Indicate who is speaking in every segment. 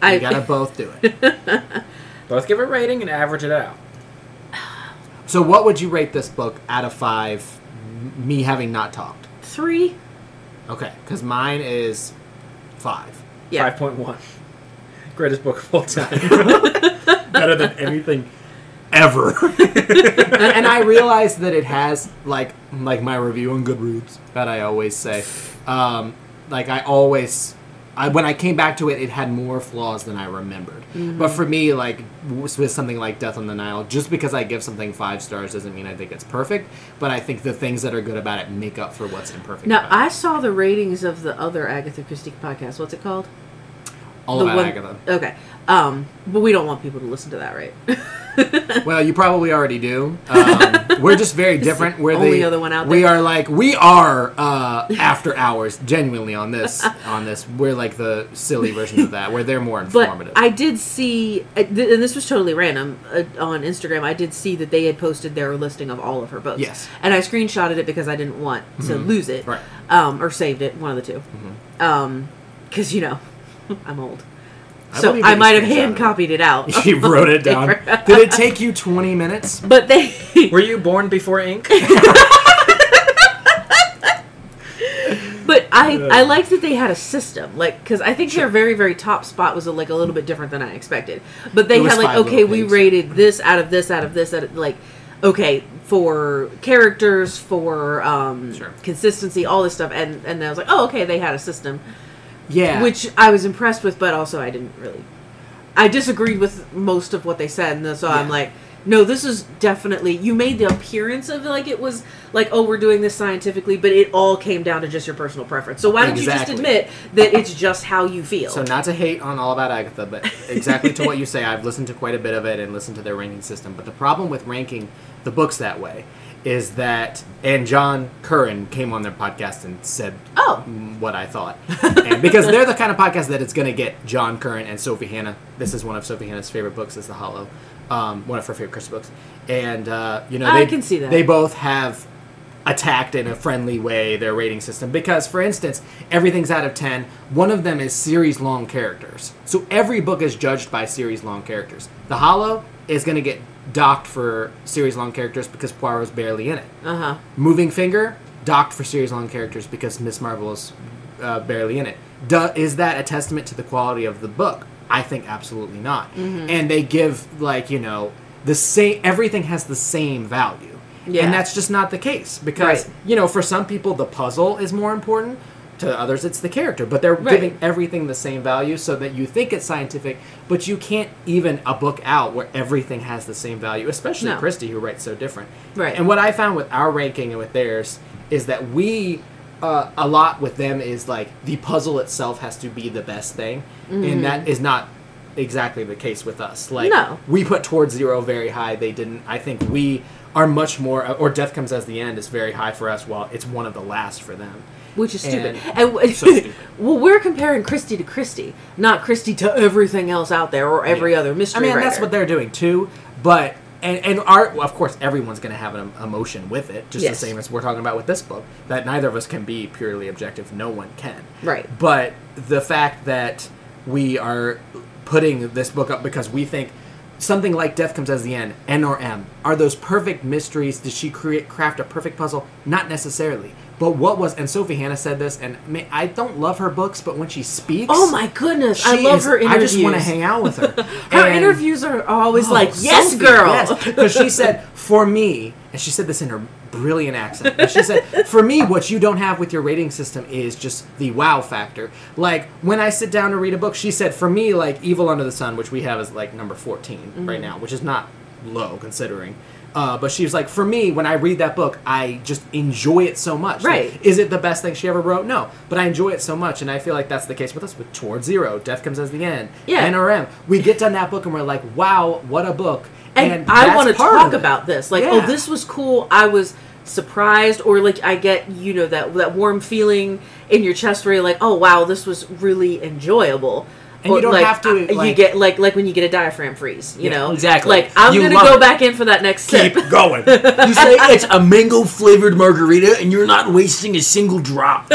Speaker 1: I-
Speaker 2: You gotta both do it.
Speaker 3: Both give a rating and average it out.
Speaker 2: So, what would you rate this book out of five? m- Me having not talked.
Speaker 1: Three?
Speaker 2: Okay, because mine is five.
Speaker 1: Yeah.
Speaker 3: 5.1. Greatest book of all time.
Speaker 2: Better than anything ever. and, and I realize that it has like like my review on Goodreads that I always say. Um, like I always, I, when I came back to it, it had more flaws than I remembered.
Speaker 1: Mm-hmm.
Speaker 2: But for me, like w- with something like Death on the Nile, just because I give something five stars doesn't mean I think it's perfect. But I think the things that are good about it make up for what's imperfect.
Speaker 1: Now,
Speaker 2: about it.
Speaker 1: I saw the ratings of the other Agatha Christie podcast. What's it called?
Speaker 2: all
Speaker 1: the
Speaker 2: about
Speaker 1: one-
Speaker 2: Oh, Agatha.
Speaker 1: Okay. Um, but we don't want people to listen to that, right?
Speaker 2: Well, you probably already do. Um, we're just very different. We're
Speaker 1: only
Speaker 2: the
Speaker 1: other one out
Speaker 2: We
Speaker 1: there.
Speaker 2: are like we are uh, after hours. Genuinely on this, on this, we're like the silly version of that. Where they're more
Speaker 1: but
Speaker 2: informative.
Speaker 1: I did see, I did- and this was totally random uh, on Instagram. I did see that they had posted their listing of all of her books.
Speaker 2: Yes. Mm-hmm.
Speaker 1: And I screenshotted it because I didn't want to lose it,
Speaker 2: Right. Mm-hmm.
Speaker 1: Um, or saved it, one of the two, Um, because you know, I'm old,
Speaker 2: I
Speaker 1: so
Speaker 2: believe
Speaker 1: I
Speaker 2: you
Speaker 1: might have
Speaker 2: screenshotted
Speaker 1: hand copied it out.
Speaker 2: she wrote it down. Did it take you twenty minutes?
Speaker 1: but they
Speaker 3: Were you born before ink?
Speaker 1: But I I like that they had a system, like because I think their very very top spot was uh, like a little bit different than I expected. But they
Speaker 2: It was
Speaker 1: had like
Speaker 2: five
Speaker 1: okay,
Speaker 2: little
Speaker 1: we
Speaker 2: pigs.
Speaker 1: rated this out of this out of this out of like okay for characters for um
Speaker 2: Sure.
Speaker 1: consistency all this stuff and and I was like oh okay they had a system
Speaker 2: Yeah.
Speaker 1: which I was impressed with, but also I didn't really I disagreed with most of what they said, and so I'm
Speaker 2: Yeah.
Speaker 1: like. No, this is definitely you made the appearance of like it was like oh we're doing this scientifically, but it all came down to just your personal preference. So why don't
Speaker 2: Exactly.
Speaker 1: you just admit that it's just how you feel?
Speaker 2: So not to hate on all about Agatha, but exactly to what you say, I've listened to quite a bit of it and listened to their ranking system. But the problem with ranking the books that way is that, and John Curran came on their podcast and said
Speaker 1: Oh.
Speaker 2: what I thought, and because they're the kind of podcast that it's going to get John Curran and Sophie Hannah. This is one of Sophie Hannah's favorite books, is The Hollow, um, one of her favorite Christie books, and uh, you know
Speaker 1: I
Speaker 2: they
Speaker 1: can see that.
Speaker 2: they both have attacked in a friendly way their rating system because for instance everything's out of 10 one of them is series long characters so every book is judged by series long characters the hollow is going to get docked for series long characters because poirot's barely in it
Speaker 1: uh huh.
Speaker 2: moving finger docked for series long characters because miss marvel is uh, barely in it Duh, is that a testament to the quality of the book i think absolutely not
Speaker 1: Mm-hmm.
Speaker 2: and they give like you know the same everything has the same value
Speaker 1: Yeah.
Speaker 2: and that's that's just not the case because
Speaker 1: Right.
Speaker 2: you know for some people the puzzle is more important to others it's the character but they're
Speaker 1: Right.
Speaker 2: giving everything the same value so that you think it's scientific but you can't even a book out where everything has the same value especially
Speaker 1: No.
Speaker 2: christie who writes so different
Speaker 1: Right.
Speaker 2: and what i found with our ranking and with theirs is that we uh, a lot with them is like the puzzle itself has to be the best thing and that is not exactly the case with us like
Speaker 1: Mm-hmm. No.
Speaker 2: we put towards zero very high they didn't i think we are much more or death comes as the end is very high for us while it's one of the last for them
Speaker 1: Which is stupid.
Speaker 2: And-
Speaker 1: And, w
Speaker 2: so stupid.
Speaker 1: well, we're comparing Christie to Christie, not Christie to everything else out there or every
Speaker 2: Yeah.
Speaker 1: other
Speaker 2: i
Speaker 1: mystery.
Speaker 2: mean that's
Speaker 1: writer.
Speaker 2: what they're doing too but and and art well, of course everyone's going to have an em- emotion with it just
Speaker 1: Yes.
Speaker 2: the same as we're talking about with this book that neither of us can be purely objective no one can
Speaker 1: Right.
Speaker 2: but the fact that we are putting this book up because we think something like death comes as the end n or m are those perfect mysteries did she create craft a perfect puzzle not necessarily but what was and sophie hannah said this and man, i don't love her books but when she speaks
Speaker 1: Oh my goodness! I
Speaker 2: she
Speaker 1: love
Speaker 2: is-
Speaker 1: her interviews.
Speaker 2: i just want to hang out with her
Speaker 1: Her
Speaker 2: And-
Speaker 1: interviews are always
Speaker 2: Oh,
Speaker 1: like, "Yes,
Speaker 2: Sophie,
Speaker 1: girl."
Speaker 2: Because she said, for me, and she said this in her brilliant accent, but she said, for me, what you don't have with your rating system is just the wow factor. Like, when I sit down to read a book, she said, for me, like, Evil Under the Sun, which we have as, like, number 14 right
Speaker 1: Mm-hmm.
Speaker 2: now, which is not low considering. Uh, but she was like, for me, when I read that book, I just enjoy it so much. Like,
Speaker 1: Right.
Speaker 2: is it the best thing she ever wrote? No. But I enjoy it so much, and I feel like that's the case with us with Toward Zero, Death Comes as the End,
Speaker 1: Yeah.
Speaker 2: NRM. We get done that book and we're like, wow, what a book.
Speaker 1: and,
Speaker 2: that's
Speaker 1: I want to
Speaker 2: part
Speaker 1: talk
Speaker 2: of it.
Speaker 1: about this. Like,
Speaker 2: Yeah.
Speaker 1: oh, this was cool. I was surprised, or like I get you know that that warm feeling in your chest where you're like, oh wow, this was really enjoyable.
Speaker 2: And you
Speaker 1: Or,
Speaker 2: don't
Speaker 1: like,
Speaker 2: have to,
Speaker 1: I- you
Speaker 2: like-
Speaker 1: get like like when you get a diaphragm freeze, you
Speaker 2: Yeah,
Speaker 1: know,
Speaker 2: exactly.
Speaker 1: Like I'm
Speaker 2: You
Speaker 1: gonna
Speaker 2: love
Speaker 1: go
Speaker 2: it.
Speaker 1: back in for that next sip.
Speaker 4: Keep going.
Speaker 5: You say it's a mango flavored margarita, and you're not wasting a single drop.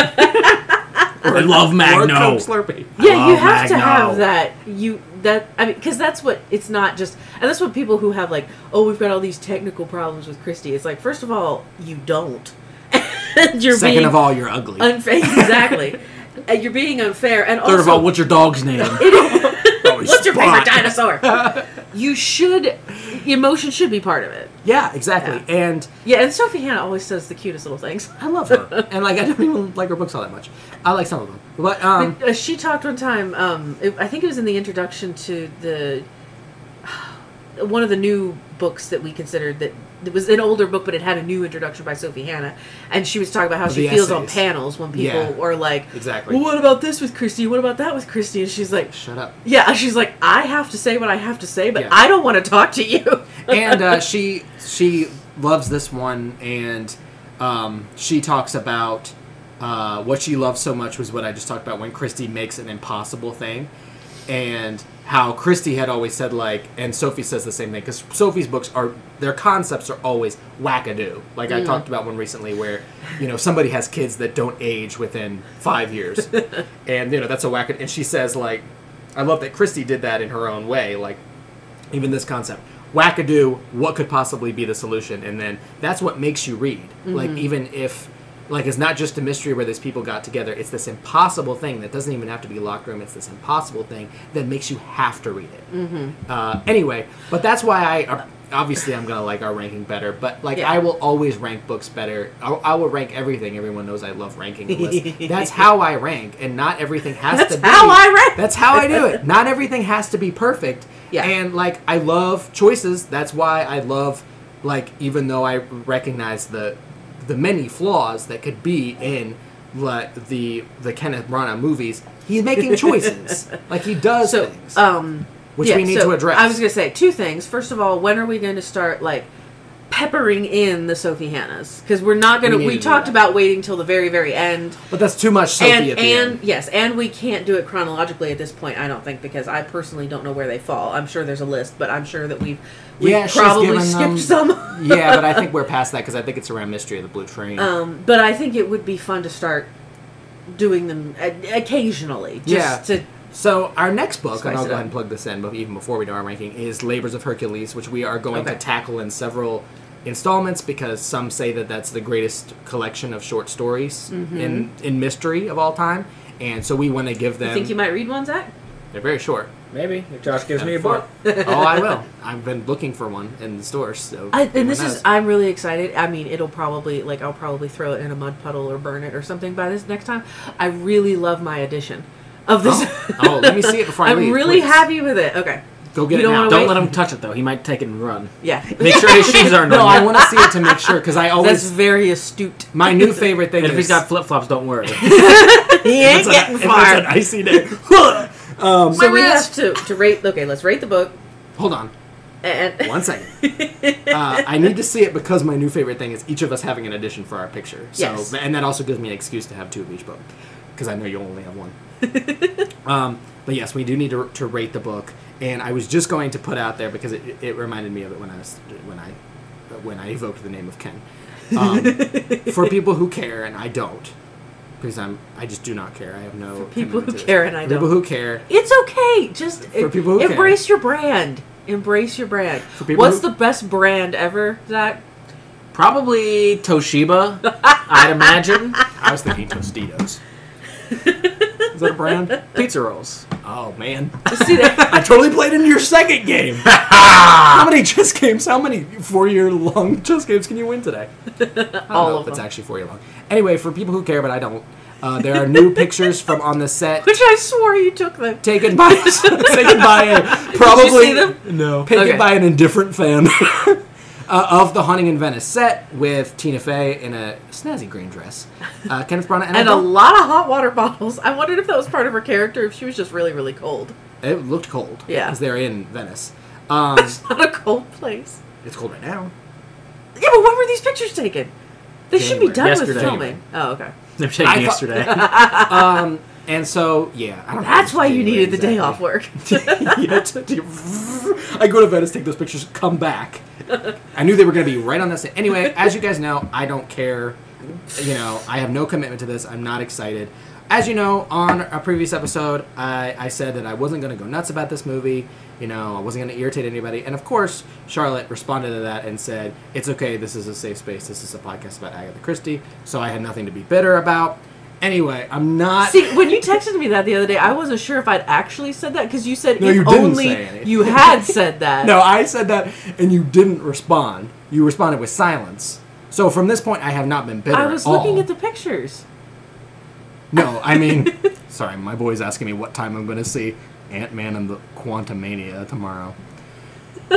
Speaker 2: I love Magno.
Speaker 3: Coke Slurpee.
Speaker 1: Yeah, you
Speaker 2: love
Speaker 1: have to
Speaker 2: Magno.
Speaker 1: have that. You that I mean, because that's what it's not just, and that's what people who have like, oh, we've got all these technical problems with Christie. It's like, first of all, you don't. And you're
Speaker 2: Second
Speaker 1: being
Speaker 2: of all, you're ugly.
Speaker 1: unfair. Exactly, Uh, you're being unfair. And
Speaker 2: Third
Speaker 1: also,
Speaker 2: of all, what's your dog's name?
Speaker 1: what's your favorite
Speaker 2: Spot.
Speaker 1: dinosaur? you should, emotion should be part of it.
Speaker 2: Yeah, exactly. And
Speaker 1: Yeah, and Sophie Hannah always says the cutest little things.
Speaker 2: I love her. and like, I don't even like her books all that much. I like some of them, but um,
Speaker 1: Uh, she talked one time. Um, it, I think it was in the introduction to the one of the new books that we considered that it was an older book, but it had a new introduction by Sophie Hannah, and she was talking about how she
Speaker 2: The
Speaker 1: feels on
Speaker 2: essays.
Speaker 1: panels when people
Speaker 2: Yeah.
Speaker 1: are like,
Speaker 2: exactly.
Speaker 1: "Well, what about this with Christy? What about that with Christy?" And she's like,
Speaker 2: Shut up.
Speaker 1: "Yeah," she's like, "I have to say what I have to say, but
Speaker 2: Yeah.
Speaker 1: I don't want to talk to you."
Speaker 2: and uh, she she loves this one, and um, she talks about uh, what she loves so much was what I just talked about when Christy makes an impossible thing, and how Christy had always said like, and Sophie says the same thing because Sophie's books are their concepts are always wackadoo. Like I talked about one recently where you know somebody has kids that don't age within five years, and you know that's a wackadoo. And she says like, I love that Christy did that in her own way, like even this concept wackadoo what could possibly be the solution and then that's what makes you read
Speaker 1: Mm-hmm.
Speaker 2: like even if like it's not just a mystery where these people got together it's this impossible thing that doesn't even have to be locked room it's this impossible thing that makes you have to read it mm-hmm. uh, anyway but that's why i uh, obviously i'm gonna like our ranking better but like
Speaker 1: Yeah.
Speaker 2: i will always rank books better I, I will rank everything everyone knows i love ranking the list that's how i rank and not everything has
Speaker 1: That's
Speaker 2: to be
Speaker 1: how I rank.
Speaker 2: that's how I do it. Not everything has to be perfect.
Speaker 1: Yeah.
Speaker 2: And like I love choices. That's why I love like even though I recognize the the many flaws that could be in like the the Kenneth Branagh movies, he's making choices. like he does
Speaker 1: So,
Speaker 2: things.
Speaker 1: um,
Speaker 2: which
Speaker 1: Yeah,
Speaker 2: we need
Speaker 1: so
Speaker 2: to address.
Speaker 1: I was going to say two things. First of all, when are we going to start like peppering in the Sophie Hannahs? Because we're not going
Speaker 2: We
Speaker 1: to.
Speaker 2: need
Speaker 1: We
Speaker 2: to do
Speaker 1: talked
Speaker 2: that.
Speaker 1: about waiting till the very very end,
Speaker 2: but that's too much Sophie
Speaker 1: and
Speaker 2: at the
Speaker 1: and
Speaker 2: end.
Speaker 1: yes, and we can't do it chronologically at this point. I don't think because I personally don't know where they fall. I'm sure there's a list, but I'm sure that we've we
Speaker 2: Yeah,
Speaker 1: have
Speaker 2: she's
Speaker 1: probably
Speaker 2: given
Speaker 1: skipped
Speaker 2: them-
Speaker 1: some.
Speaker 2: yeah, but I think we're past that because I think it's around Mystery of the Blue Train.
Speaker 1: um, but I think it would be fun to start doing them o- occasionally. Just
Speaker 2: Yeah.
Speaker 1: To
Speaker 2: So our next book,
Speaker 1: Spice
Speaker 2: and I'll
Speaker 1: it
Speaker 2: go
Speaker 1: up.
Speaker 2: ahead and plug this in, but even before we do our ranking, is *Labors of Hercules*, which we are going to
Speaker 1: Okay.
Speaker 2: tackle in several installments because some say that that's the greatest collection of short stories in in mystery of all time, and so we want to give them.
Speaker 1: I think you might read one, Zach.
Speaker 2: They're very short.
Speaker 3: Maybe if Josh gives me a
Speaker 2: And
Speaker 3: book.
Speaker 2: fun. oh, I will. I've been looking for one in the stores. So
Speaker 1: I,
Speaker 2: anyone
Speaker 1: and this
Speaker 2: knows.
Speaker 1: is I'm really excited. I mean, it'll probably like I'll probably throw it in a mud puddle or burn it or something by this next time. I really love my edition of this.
Speaker 2: Oh, oh, let me see it before I
Speaker 1: I'm
Speaker 2: leave,
Speaker 1: really
Speaker 2: please.
Speaker 1: happy with it. Okay.
Speaker 2: Go get
Speaker 1: You
Speaker 2: it
Speaker 1: don't
Speaker 2: now.
Speaker 1: wanna
Speaker 2: Don't
Speaker 1: wait?
Speaker 2: let him.
Speaker 3: touch it though. He might take it and run.
Speaker 1: Yeah.
Speaker 3: Make sure his shoes aren't
Speaker 2: No, I
Speaker 3: on.
Speaker 2: want to see it to make sure because I
Speaker 1: That's
Speaker 2: always.
Speaker 1: very astute.
Speaker 2: My new favorite thing
Speaker 3: And if
Speaker 2: is
Speaker 3: he's got flip flops, don't worry.
Speaker 1: He ain't getting
Speaker 2: if it's an
Speaker 1: far.
Speaker 2: icy day.
Speaker 1: So we have to, to rate. Okay, let's rate the book.
Speaker 2: Hold on.
Speaker 1: And
Speaker 2: One second. uh, I need to see it because my new favorite thing is each of us having an edition for our picture. So,
Speaker 1: Yes.
Speaker 2: And that also gives me an excuse to have two of each book because I know you only have one. um, but yes, we do need to, to rate the book. And I was just going to put out there because it, it reminded me of it when I was when I when I evoked the name of Ken. Um, for people who care, and I don't, because I'm I just do not care. I have no
Speaker 1: people who
Speaker 2: commitment to this.
Speaker 1: care and I
Speaker 2: For people
Speaker 1: don't.
Speaker 2: who care.
Speaker 1: it's okay. Just
Speaker 2: For people who care.
Speaker 1: embrace your brand. Embrace your brand.
Speaker 2: people
Speaker 1: What's
Speaker 2: who-
Speaker 1: the best brand ever, Zach?
Speaker 3: Probably Toshiba, I'd imagine.
Speaker 2: I was thinking Tostitos. Is that a brand?
Speaker 3: Pizza rolls.
Speaker 2: Oh man.
Speaker 1: See that?
Speaker 2: I totally played into your second game. how many chess games? How many four-year-long chess games can you win today? I don't
Speaker 1: All
Speaker 2: know
Speaker 1: of
Speaker 2: if it's
Speaker 1: them.
Speaker 2: actually four-year-long. Anyway, for people who care, but I don't. Uh, there are new pictures from on the set
Speaker 1: Which I swore you took the.
Speaker 2: taken by taken by a probably
Speaker 1: see them?
Speaker 2: no taken
Speaker 1: Okay.
Speaker 2: by an indifferent fan uh, of the Haunting in Venice set with Tina Fey in a snazzy green dress, uh, Kenneth Branagh, and, I
Speaker 1: and a
Speaker 2: don't-
Speaker 1: lot of hot water bottles. I wondered if that was part of her character, if she was just really, really cold.
Speaker 2: it looked cold.
Speaker 1: Yeah.
Speaker 2: because they're in Venice. Um,
Speaker 1: It's not a cold place.
Speaker 2: it's cold right now.
Speaker 1: Yeah, but when were these pictures taken? They should
Speaker 2: January.
Speaker 1: be done
Speaker 3: Yesterday.
Speaker 1: with filming. Oh, okay.
Speaker 3: I'm shaking
Speaker 2: I thought-
Speaker 3: yesterday.
Speaker 2: um, and so yeah, I don't know
Speaker 1: That's
Speaker 2: what
Speaker 1: why
Speaker 2: to
Speaker 1: you
Speaker 2: do
Speaker 1: needed the day
Speaker 2: exactly.
Speaker 1: off work.
Speaker 2: Yeah, to- to- I go to Venice, take those pictures, come back. I knew they were going to be right on that set. Anyway, as you guys know, I don't care. You know, I have no commitment to this. I'm not excited. as you know, on a previous episode, I, I said that I wasn't going to go nuts about this movie. You know, I wasn't going to irritate anybody. And of course, Charlotte responded to that and said, It's okay. This is a safe space. This is a podcast about Agatha Christie. So I had nothing to be bitter about. Anyway, I'm not.
Speaker 1: See, when you texted me that the other day, I wasn't sure if I'd actually said that because you said
Speaker 2: No,
Speaker 1: if
Speaker 2: you didn't
Speaker 1: only
Speaker 2: say anything.
Speaker 1: you had said that.
Speaker 2: No, I said that and you didn't respond. You responded with silence. So from this point, I have not been bitter.
Speaker 1: I was looking at the pictures.
Speaker 2: No, I mean, sorry, my boy's asking me what time I'm going to see Ant Man and the Quantumania tomorrow.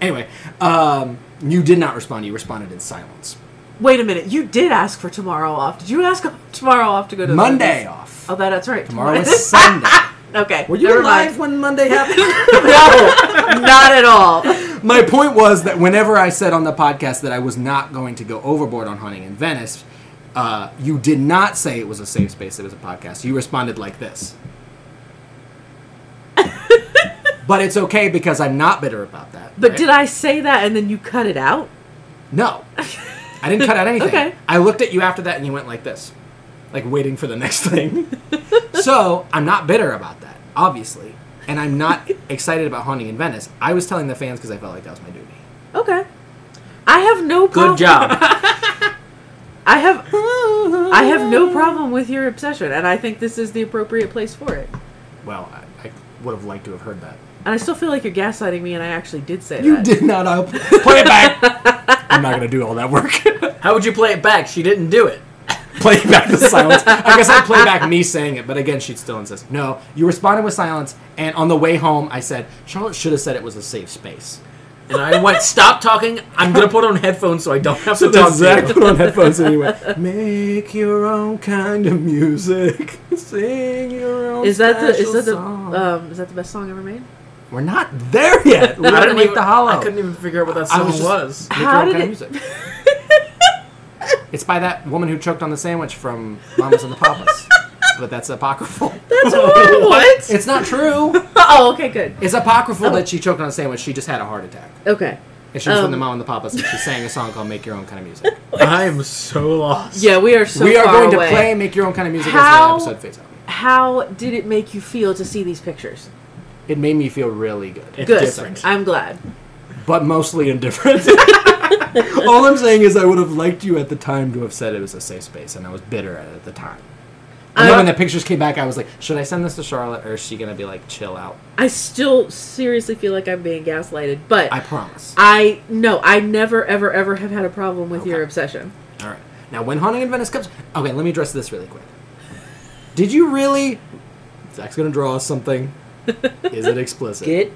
Speaker 2: anyway, um, you did not respond. You responded in silence.
Speaker 1: Wait a minute, you did ask for tomorrow off. Did you ask tomorrow off to go to the
Speaker 2: Monday
Speaker 1: movies?
Speaker 2: off.
Speaker 1: Oh, that, that's right.
Speaker 2: Tomorrow is Sunday.
Speaker 1: okay.
Speaker 2: Were you
Speaker 1: never
Speaker 2: alive
Speaker 1: mind.
Speaker 2: when Monday happened?
Speaker 1: No, not at all.
Speaker 2: my point was that whenever I said on the podcast that I was not going to go overboard on hunting in Venice, uh, you did not say it was a safe space. It was a podcast. You responded like this. but it's okay because I'm not bitter about that.
Speaker 1: But
Speaker 2: right?
Speaker 1: did I say that and then you cut it out?
Speaker 2: No, I didn't cut out anything.
Speaker 1: Okay.
Speaker 2: I looked at you after that, and you went like this, like waiting for the next thing. so I'm not bitter about that, obviously, and I'm not excited about haunting in Venice. I was telling the fans because I felt like that was my duty.
Speaker 1: Okay. I have no problem.
Speaker 3: Good job.
Speaker 1: I have I have no problem with your obsession, and I think this is the appropriate place for it.
Speaker 2: Well, I, I would have liked to have heard that.
Speaker 1: And I still feel like you're gaslighting me, and I actually did say
Speaker 2: You
Speaker 1: that.
Speaker 2: did not up. Play it back. I'm not gonna do all that work.
Speaker 3: How would you play it back? She didn't do it.
Speaker 2: play back the silence. I guess I play back me saying it, but again, she'd still insist. No, you responded with silence, and on the way home, I said Charlotte should have said it was a safe space.
Speaker 3: And I went, stop talking. I'm gonna put on headphones so I don't have to talk to you.
Speaker 2: put on headphones anyway. Make your own kind of music. Sing your own.
Speaker 1: Is that the is
Speaker 2: special
Speaker 1: that the
Speaker 2: song.
Speaker 1: um, is that the best song ever made?
Speaker 2: We're not there yet. We
Speaker 3: I
Speaker 2: didn't
Speaker 3: didn't
Speaker 2: make
Speaker 3: even,
Speaker 2: the hollow.
Speaker 3: I couldn't even figure out what that
Speaker 2: I
Speaker 3: song
Speaker 2: was
Speaker 3: was.
Speaker 2: just- Make your
Speaker 1: How
Speaker 2: own
Speaker 1: did
Speaker 2: kind
Speaker 1: it-
Speaker 2: of music. it's by that woman who choked on the sandwich from Mamas and the Papas. but that's apocryphal.
Speaker 1: That's horrible. Oh, what?
Speaker 2: It's not true.
Speaker 1: Oh, okay, good.
Speaker 2: It's apocryphal that she choked on a sandwich. She just had a heart attack.
Speaker 1: Okay.
Speaker 2: And she was
Speaker 1: Um.
Speaker 2: from the Mom and the Papas, and she sang a song called "Make Your Own Kind of Music."
Speaker 3: I am so lost.
Speaker 1: Yeah, we are so
Speaker 2: we are
Speaker 1: far
Speaker 2: going
Speaker 1: away.
Speaker 2: to play "Make Your Own Kind of Music"
Speaker 1: How-
Speaker 2: as the episode fades out.
Speaker 1: How did it make you feel to see these pictures?
Speaker 2: It made me feel really good.
Speaker 3: It's
Speaker 1: Good.
Speaker 3: different.
Speaker 1: I'm glad.
Speaker 2: but mostly indifferent. All I'm saying is I would have liked you at the time to have said it was a safe space, and I was bitter at it at the time. And then
Speaker 1: I-
Speaker 2: when the pictures came back, I was like, should I send this to Charlotte, or is she gonna be like, chill out?
Speaker 1: I still seriously feel like I'm being gaslighted, but
Speaker 2: I
Speaker 1: I,
Speaker 2: promise.
Speaker 1: no, I never ever ever have had a problem with your
Speaker 2: Okay.
Speaker 1: obsession.
Speaker 2: All right. Now, when Haunting in Venice comes, okay, let me address this really quick. Did you really? Zach's gonna draw us something. Is it explicit?
Speaker 4: Get.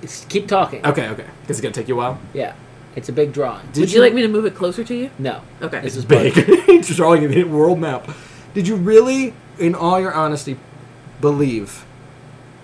Speaker 4: Just keep talking.
Speaker 2: okay, okay. Is it gonna take you a while?
Speaker 4: Yeah. It's a big drawing.
Speaker 2: Did
Speaker 1: Would you like me to move it closer to you?
Speaker 4: No.
Speaker 1: Okay.
Speaker 4: This is
Speaker 2: big.
Speaker 4: big.
Speaker 2: Just drawing a world map. Did you really, in all your honesty, believe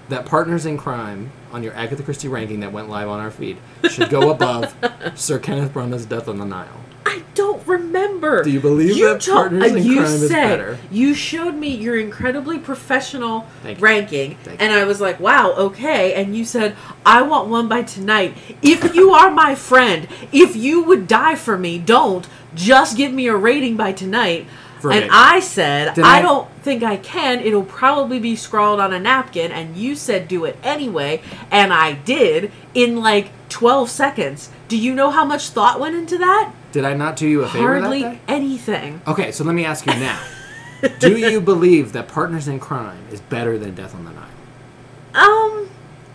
Speaker 2: that Partners in Crime on your Agatha Christie ranking that went live on our feed should go above Sir Kenneth Branagh's Death on the Nile?
Speaker 1: I don't remember.
Speaker 2: Do you believe that
Speaker 1: to-
Speaker 2: Partners in
Speaker 1: you
Speaker 2: Crime is
Speaker 1: said-
Speaker 2: better?
Speaker 1: You showed me your incredibly professional
Speaker 2: Thank you.
Speaker 1: ranking,
Speaker 2: Thank
Speaker 1: and I was like, "Wow, okay." And you said, "I want one by tonight. If you are my friend, if you would die for me, don't just give me a rating by tonight."
Speaker 2: Verbatim.
Speaker 1: And I said,
Speaker 2: Did
Speaker 1: I,
Speaker 2: I-
Speaker 1: don't think I can. It'll probably be scrawled on a napkin." And you said, "Do it anyway," and I did in like twelve seconds. Do you know how much thought went into that?
Speaker 2: Did I not do you a favor
Speaker 1: Hardly
Speaker 2: that day?
Speaker 1: anything.
Speaker 2: Okay, so let me ask you now. do you believe that Partners in Crime is better than Death on the Nile?
Speaker 1: Um,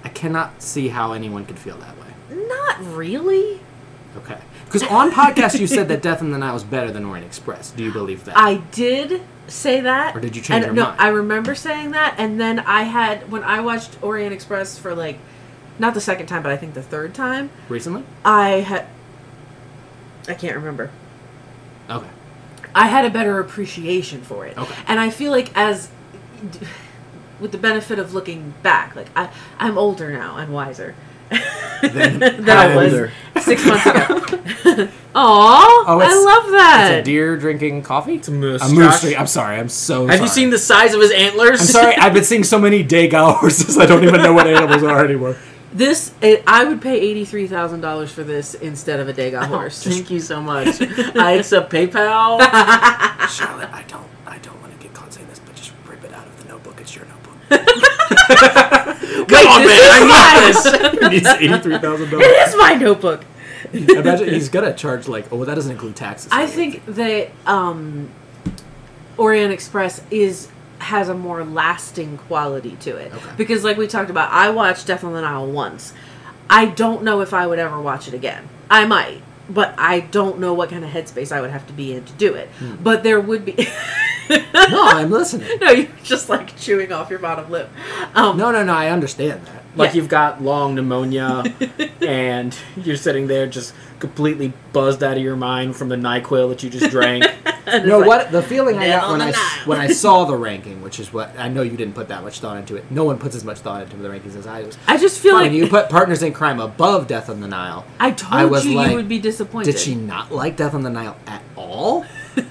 Speaker 2: I cannot see how anyone could feel that way.
Speaker 1: not really.
Speaker 2: Okay. Because on podcast you said that Death on the Nile was better than Orient Express. Do you believe that?
Speaker 1: I did say that.
Speaker 2: Or did you
Speaker 1: and,
Speaker 2: change your
Speaker 1: no,
Speaker 2: mind?
Speaker 1: I remember saying that, and then I had when I watched Orient Express for like, not the second time, but I think the third time.
Speaker 2: Recently?
Speaker 1: I had, I can't remember.
Speaker 2: Okay.
Speaker 1: I had a better appreciation for it.
Speaker 2: Okay.
Speaker 1: And I feel like as with the benefit of looking back, like I I'm older now and wiser. than I
Speaker 2: how
Speaker 1: was
Speaker 2: older?
Speaker 1: six months ago. Aww, oh, I
Speaker 2: it's-
Speaker 1: love that.
Speaker 2: It's a deer drinking coffee.
Speaker 3: a moose.
Speaker 2: A moose
Speaker 3: Josh.
Speaker 2: drink. I'm sorry. I'm so.
Speaker 3: Have you seen the size of his antlers?
Speaker 2: I'm sorry. I've been seeing so many day horses. I don't even know what animals are anymore.
Speaker 1: This, it, I would pay eighty three thousand dollars for this instead
Speaker 2: Oh,
Speaker 1: of a Dagon horse.
Speaker 3: Thank you so much. I accept PayPal.
Speaker 2: Charlotte, I don't it out of the notebook. It's your notebook.
Speaker 3: Come
Speaker 1: Wait,
Speaker 3: on,
Speaker 1: this
Speaker 3: man.
Speaker 1: is
Speaker 3: I need
Speaker 1: mine.
Speaker 3: this.
Speaker 2: he needs eighty-three thousand dollars.
Speaker 1: It is my notebook.
Speaker 2: Imagine he's gonna charge like, oh, that doesn't include taxes.
Speaker 1: I think that um, Orient Express is has a more lasting quality to it
Speaker 2: Okay.
Speaker 1: because, like we talked about, I watched Death on the Nile once. I don't know if I would ever watch it again. I might, but I don't know what kind of headspace I would have to be in to do it.
Speaker 2: Hmm.
Speaker 1: But there would be.
Speaker 2: no, I'm listening.
Speaker 1: no, you're just like chewing off your bottom lip. Um,
Speaker 2: No, no, no. I understand that.
Speaker 3: Like
Speaker 1: Yeah.
Speaker 3: you've got long pneumonia, and you're sitting there just completely buzzed out of your mind from the Nyquil that you just drank.
Speaker 1: and
Speaker 2: No,
Speaker 1: it's like-
Speaker 2: what the feeling I
Speaker 1: Dead
Speaker 2: got
Speaker 1: on
Speaker 2: when
Speaker 1: the
Speaker 2: I s-
Speaker 1: Nile.
Speaker 2: when I saw the ranking, which is what I know you didn't put that much thought into it. No one puts as much thought into the rankings as I was.
Speaker 1: I just feel
Speaker 2: When
Speaker 1: like
Speaker 2: you put Partners in Crime above Death on the Nile,
Speaker 1: I told
Speaker 2: I was
Speaker 1: you
Speaker 2: like,
Speaker 1: you would be disappointed.
Speaker 2: did she not like Death on the Nile at all?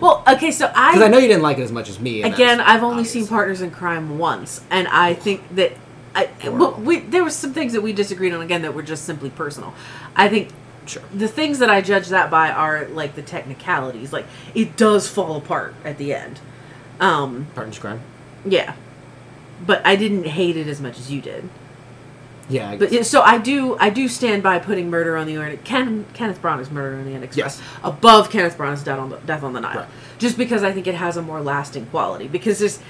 Speaker 1: Well, okay, so I
Speaker 2: Because I know you didn't like it as much as me. and
Speaker 1: Again,
Speaker 2: that's
Speaker 1: I've only
Speaker 2: obvious.
Speaker 1: seen Partners in Crime once, and I think that I well, we, there were some things that we disagreed on again that were just simply personal. I think
Speaker 2: Sure.
Speaker 1: the things that I judge that by are like the technicalities. Like it does fall apart at the end. Um,
Speaker 2: Partners in Crime.
Speaker 1: yeah, but I didn't hate it as much as you did.
Speaker 2: Yeah, I
Speaker 1: But
Speaker 2: guess.
Speaker 1: yeah, so I do I do stand by putting Murder on the Orient Ken, Kenneth Branagh's Murder on the Orient Express
Speaker 2: Yes.
Speaker 1: above Kenneth Branagh's Death on the Death on the Nile,
Speaker 2: Right.
Speaker 1: just because I think it has a more lasting quality. Because there's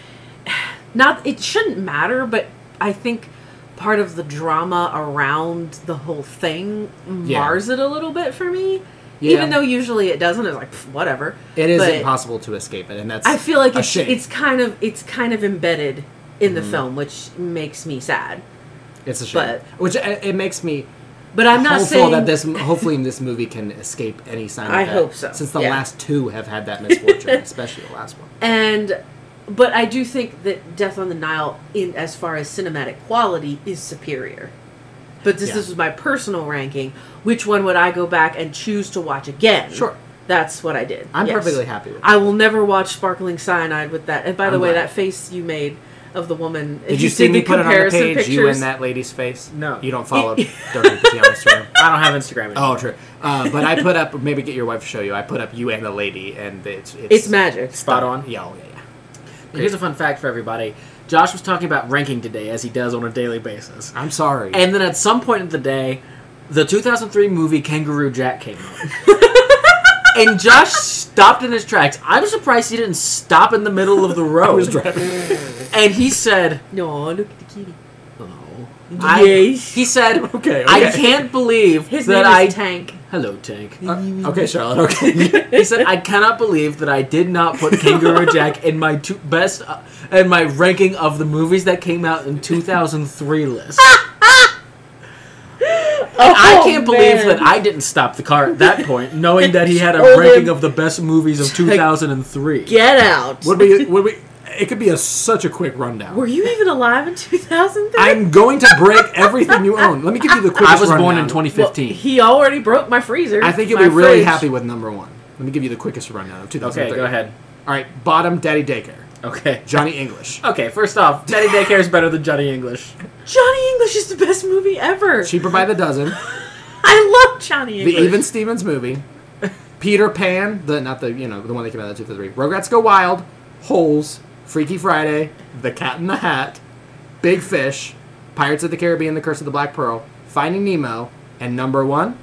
Speaker 1: not it shouldn't matter, but I think part of the drama around the whole thing
Speaker 2: Yeah.
Speaker 1: mars it a little bit for me.
Speaker 2: Yeah.
Speaker 1: Even though usually it doesn't, it's like pff, whatever.
Speaker 2: it is
Speaker 1: But-
Speaker 2: impossible to escape it, and that's
Speaker 1: I feel like
Speaker 2: a
Speaker 1: it's
Speaker 2: shame. Mm-hmm.
Speaker 1: it's kind of it's kind of embedded in the film, which makes me sad.
Speaker 2: It's a shame,
Speaker 1: but-
Speaker 2: which uh, it makes me
Speaker 1: But I'm not
Speaker 2: hopeful
Speaker 1: saying
Speaker 2: that this hopefully this movie can escape any sign. of
Speaker 1: I
Speaker 2: that,
Speaker 1: hope so,
Speaker 2: Since the
Speaker 1: yeah.
Speaker 2: last two have had that misfortune, especially the last one.
Speaker 1: and but I do think that Death on the Nile, in as far as cinematic quality, is superior. But this,
Speaker 2: Yeah.
Speaker 1: this is my personal ranking. Which one would I go back and choose to watch again?
Speaker 2: Sure.
Speaker 1: that's what I did.
Speaker 2: I'm
Speaker 1: Yes.
Speaker 2: perfectly happy with.
Speaker 1: I will never watch Sparkling Cyanide with that. And by the
Speaker 2: I'm
Speaker 1: way,
Speaker 2: glad.
Speaker 1: that face you made of the woman.
Speaker 2: Did you, see
Speaker 1: did the
Speaker 2: me put it on the
Speaker 1: comparison
Speaker 2: page? You
Speaker 1: pictures.
Speaker 2: and that lady's face.
Speaker 3: No.
Speaker 2: you don't follow Dirty Pajamas Room.
Speaker 3: I don't have Instagram anymore.
Speaker 2: Oh, true. Uh, but I put up. Maybe get your wife to show you. I put up you and the lady, and it's it's,
Speaker 1: It's magic.
Speaker 3: Spot on.
Speaker 2: Yeah, oh, yeah, yeah.
Speaker 3: Here's a fun fact for everybody. Josh was talking about ranking today, as he does on a daily basis.
Speaker 2: I'm sorry.
Speaker 3: And then at some point in the day, the 2003 movie Kangaroo Jack came out. and Josh stopped in his tracks. I'm surprised he didn't stop in the middle of the road.
Speaker 2: I was driving.
Speaker 3: And he said,
Speaker 1: No, look at the kitty.
Speaker 3: "Oh, I-
Speaker 1: Yes.
Speaker 3: He said,
Speaker 2: Okay,
Speaker 3: I
Speaker 2: okay.
Speaker 3: can't believe
Speaker 1: His
Speaker 3: that
Speaker 1: name
Speaker 3: I
Speaker 1: is Tank.
Speaker 3: hello Tank."
Speaker 2: Uh, okay, Charlotte. Okay.
Speaker 3: He said, "I cannot believe that I did not put Kangaroo Jack in my two best uh, in my ranking of the movies that came out in 2003 list." I
Speaker 1: Oh!
Speaker 3: can't believe that I didn't stop the car at that point, knowing that he had a
Speaker 1: Told
Speaker 3: ranking
Speaker 1: him.
Speaker 3: of the best movies of 2003.
Speaker 1: Get out.
Speaker 2: would we? Would we? It could be a such a quick rundown.
Speaker 1: Were you even alive in 2003?
Speaker 2: I'm going to break everything you own. Let me give you the quickest.
Speaker 3: I was born
Speaker 2: rundown.
Speaker 3: in 2015.
Speaker 1: Well, he already broke my freezer.
Speaker 2: I think you'll
Speaker 1: my
Speaker 2: be really
Speaker 1: fridge.
Speaker 2: happy with number one. Let me give you the quickest rundown of 2003.
Speaker 3: okay, go ahead.
Speaker 2: All right, bottom, Daddy Daycare,
Speaker 3: Okay.
Speaker 2: Johnny English,
Speaker 3: Okay, first off, Daddy Daycare is better than Johnny English.
Speaker 1: Johnny English is the best movie ever.
Speaker 2: cheaper by the dozen,
Speaker 1: I love Johnny
Speaker 2: the
Speaker 1: English.
Speaker 2: Even Stevens movie, Peter Pan, the not the you know the one that came out in 2003, Rugrats Go Wild, Holes, Freaky Friday, The Cat in the Hat, Big Fish, Pirates of the Caribbean: The Curse of the Black Pearl, Finding Nemo, and number one,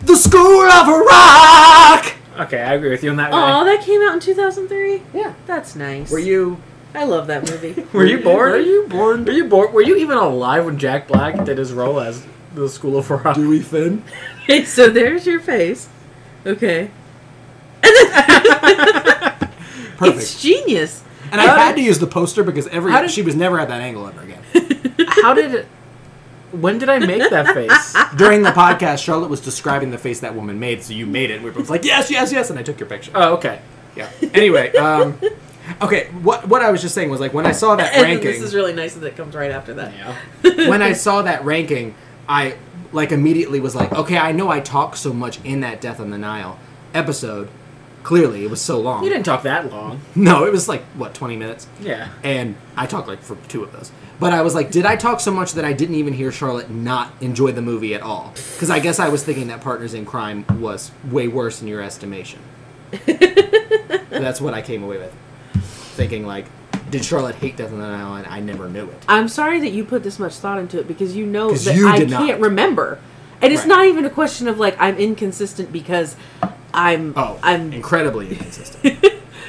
Speaker 2: The School of Rock.
Speaker 3: Okay, I agree with you on that
Speaker 1: Oh,
Speaker 3: one.
Speaker 1: that came out in 2003.
Speaker 2: Yeah.
Speaker 1: That's nice.
Speaker 2: Were you
Speaker 1: I love that movie.
Speaker 3: Were you born?
Speaker 2: Were you born?
Speaker 3: Were you born? Were you even alive when Jack Black did his role as the School of Rock?
Speaker 2: Dewey Finn?
Speaker 1: okay, so there's your face. Okay.
Speaker 2: Perfect.
Speaker 1: It's genius.
Speaker 2: And I
Speaker 3: How
Speaker 2: had to use the poster because every
Speaker 3: How did-
Speaker 2: she was never at that angle ever again.
Speaker 3: How did? it... When did I make that face?
Speaker 2: During the podcast, Charlotte was describing the face that woman made, so you made it. And we were both like, yes, yes, yes, and I took your picture.
Speaker 3: Oh, okay.
Speaker 2: yeah. Anyway, um, okay. What what I was just saying was like when I saw that
Speaker 1: And then
Speaker 2: ranking,
Speaker 1: this is really nice that it comes right after that.
Speaker 3: Yeah.
Speaker 2: when I saw that ranking, I like immediately was like, okay, I know I talk so much in that Death on the Nile episode. Clearly, it was so long.
Speaker 3: You didn't talk that long.
Speaker 2: No, it was like what twenty minutes.
Speaker 3: Yeah.
Speaker 2: and I talked like for two of those. But I was like, did I talk so much that I didn't even hear Charlotte not enjoy the movie at all? Because I guess I was thinking that Partners in Crime was way worse in your estimation. That's what I came away with, thinking like, Did Charlotte hate Death on the Nile? And I never knew it.
Speaker 1: I'm sorry that you put this much thought into it because you know
Speaker 2: 'Cause
Speaker 1: that
Speaker 2: you
Speaker 1: I
Speaker 2: did
Speaker 1: can't
Speaker 2: not.
Speaker 1: remember, and it's
Speaker 2: Right.
Speaker 1: not even a question of like I'm inconsistent because I'm
Speaker 2: Oh,
Speaker 1: I'm
Speaker 2: incredibly inconsistent.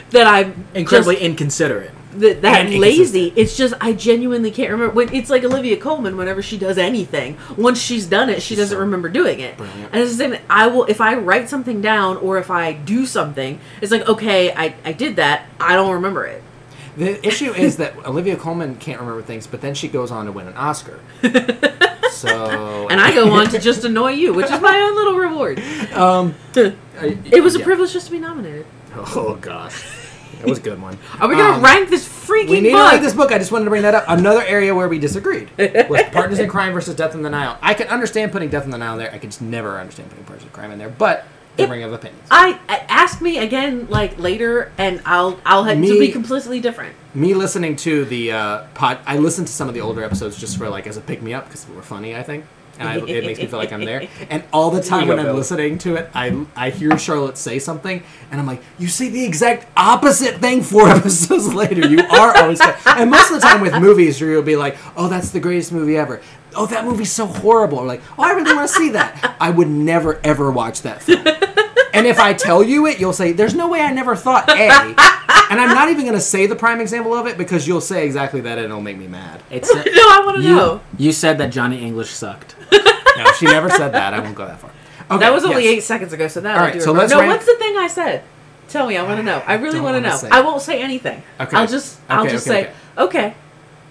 Speaker 1: that I'm
Speaker 3: Incredibly inconsiderate.
Speaker 1: just, that, that
Speaker 2: and
Speaker 1: I'm lazy. It's just I genuinely can't remember. When it's like Olivia Coleman, whenever she does anything, once she's done it, she doesn't
Speaker 2: so
Speaker 1: remember doing it.
Speaker 2: brilliant.
Speaker 1: And it's the same. I will if I write something down or if I do something, it's like okay, I I did that. I don't remember it.
Speaker 2: the issue is that Olivia Coleman can't remember things, but then she goes on to win an Oscar. so
Speaker 1: And I go on to just annoy you, which is my own little reward.
Speaker 2: um,
Speaker 1: It was a privilege just to be nominated.
Speaker 2: Oh gosh, that was a good one.
Speaker 1: Are we gonna
Speaker 2: Um,
Speaker 1: rank this freaking
Speaker 2: We need to
Speaker 1: book?
Speaker 2: like this book. I just wanted to bring that up. Another area where we disagreed was Partners in Crime versus Death in the Nile. I can understand putting Death in the Nile there. I can just never understand putting Partners in Crime in there. But differing of opinions.
Speaker 1: I, I ask me again like later, and I'll I'll have to
Speaker 2: Me-
Speaker 1: be completely different.
Speaker 2: me listening to the uh, pod, I listened to some of the older episodes just for like as a pick me up because they were funny, I think, and I, it makes me feel like I'm there. And all the time when I'm
Speaker 3: Ego build.
Speaker 2: listening to it, I I hear Charlotte say something, and I'm like, you say the exact opposite thing four episodes later. You are always, right." and most of the time with movies, you'll be like, oh, that's the greatest movie ever. Oh, that movie's so horrible. Or like, oh, I really want to see that. I would never ever watch that film. And if I tell you it, you'll say, "There's no way I never thought A." and I'm not even going to say the prime example of it because you'll say exactly that, and it'll make me mad.
Speaker 3: It's
Speaker 1: No, I want to
Speaker 3: you,
Speaker 1: know.
Speaker 3: you said that Johnny English sucked.
Speaker 2: No, she never said that. I won't go that far. Okay,
Speaker 1: That was only
Speaker 2: yes.
Speaker 1: eight seconds ago, so that
Speaker 2: All
Speaker 1: I
Speaker 2: right,
Speaker 1: do
Speaker 2: so
Speaker 1: remember.
Speaker 2: let's
Speaker 1: no,
Speaker 2: rank-
Speaker 1: what's the thing I said? Tell me, I want to know. I really
Speaker 2: Don't
Speaker 1: want to
Speaker 2: wanna
Speaker 1: know.
Speaker 2: say.
Speaker 1: I won't say anything.
Speaker 2: Okay.
Speaker 1: I'll just I'll
Speaker 2: Okay,
Speaker 1: just
Speaker 2: okay,
Speaker 1: say okay.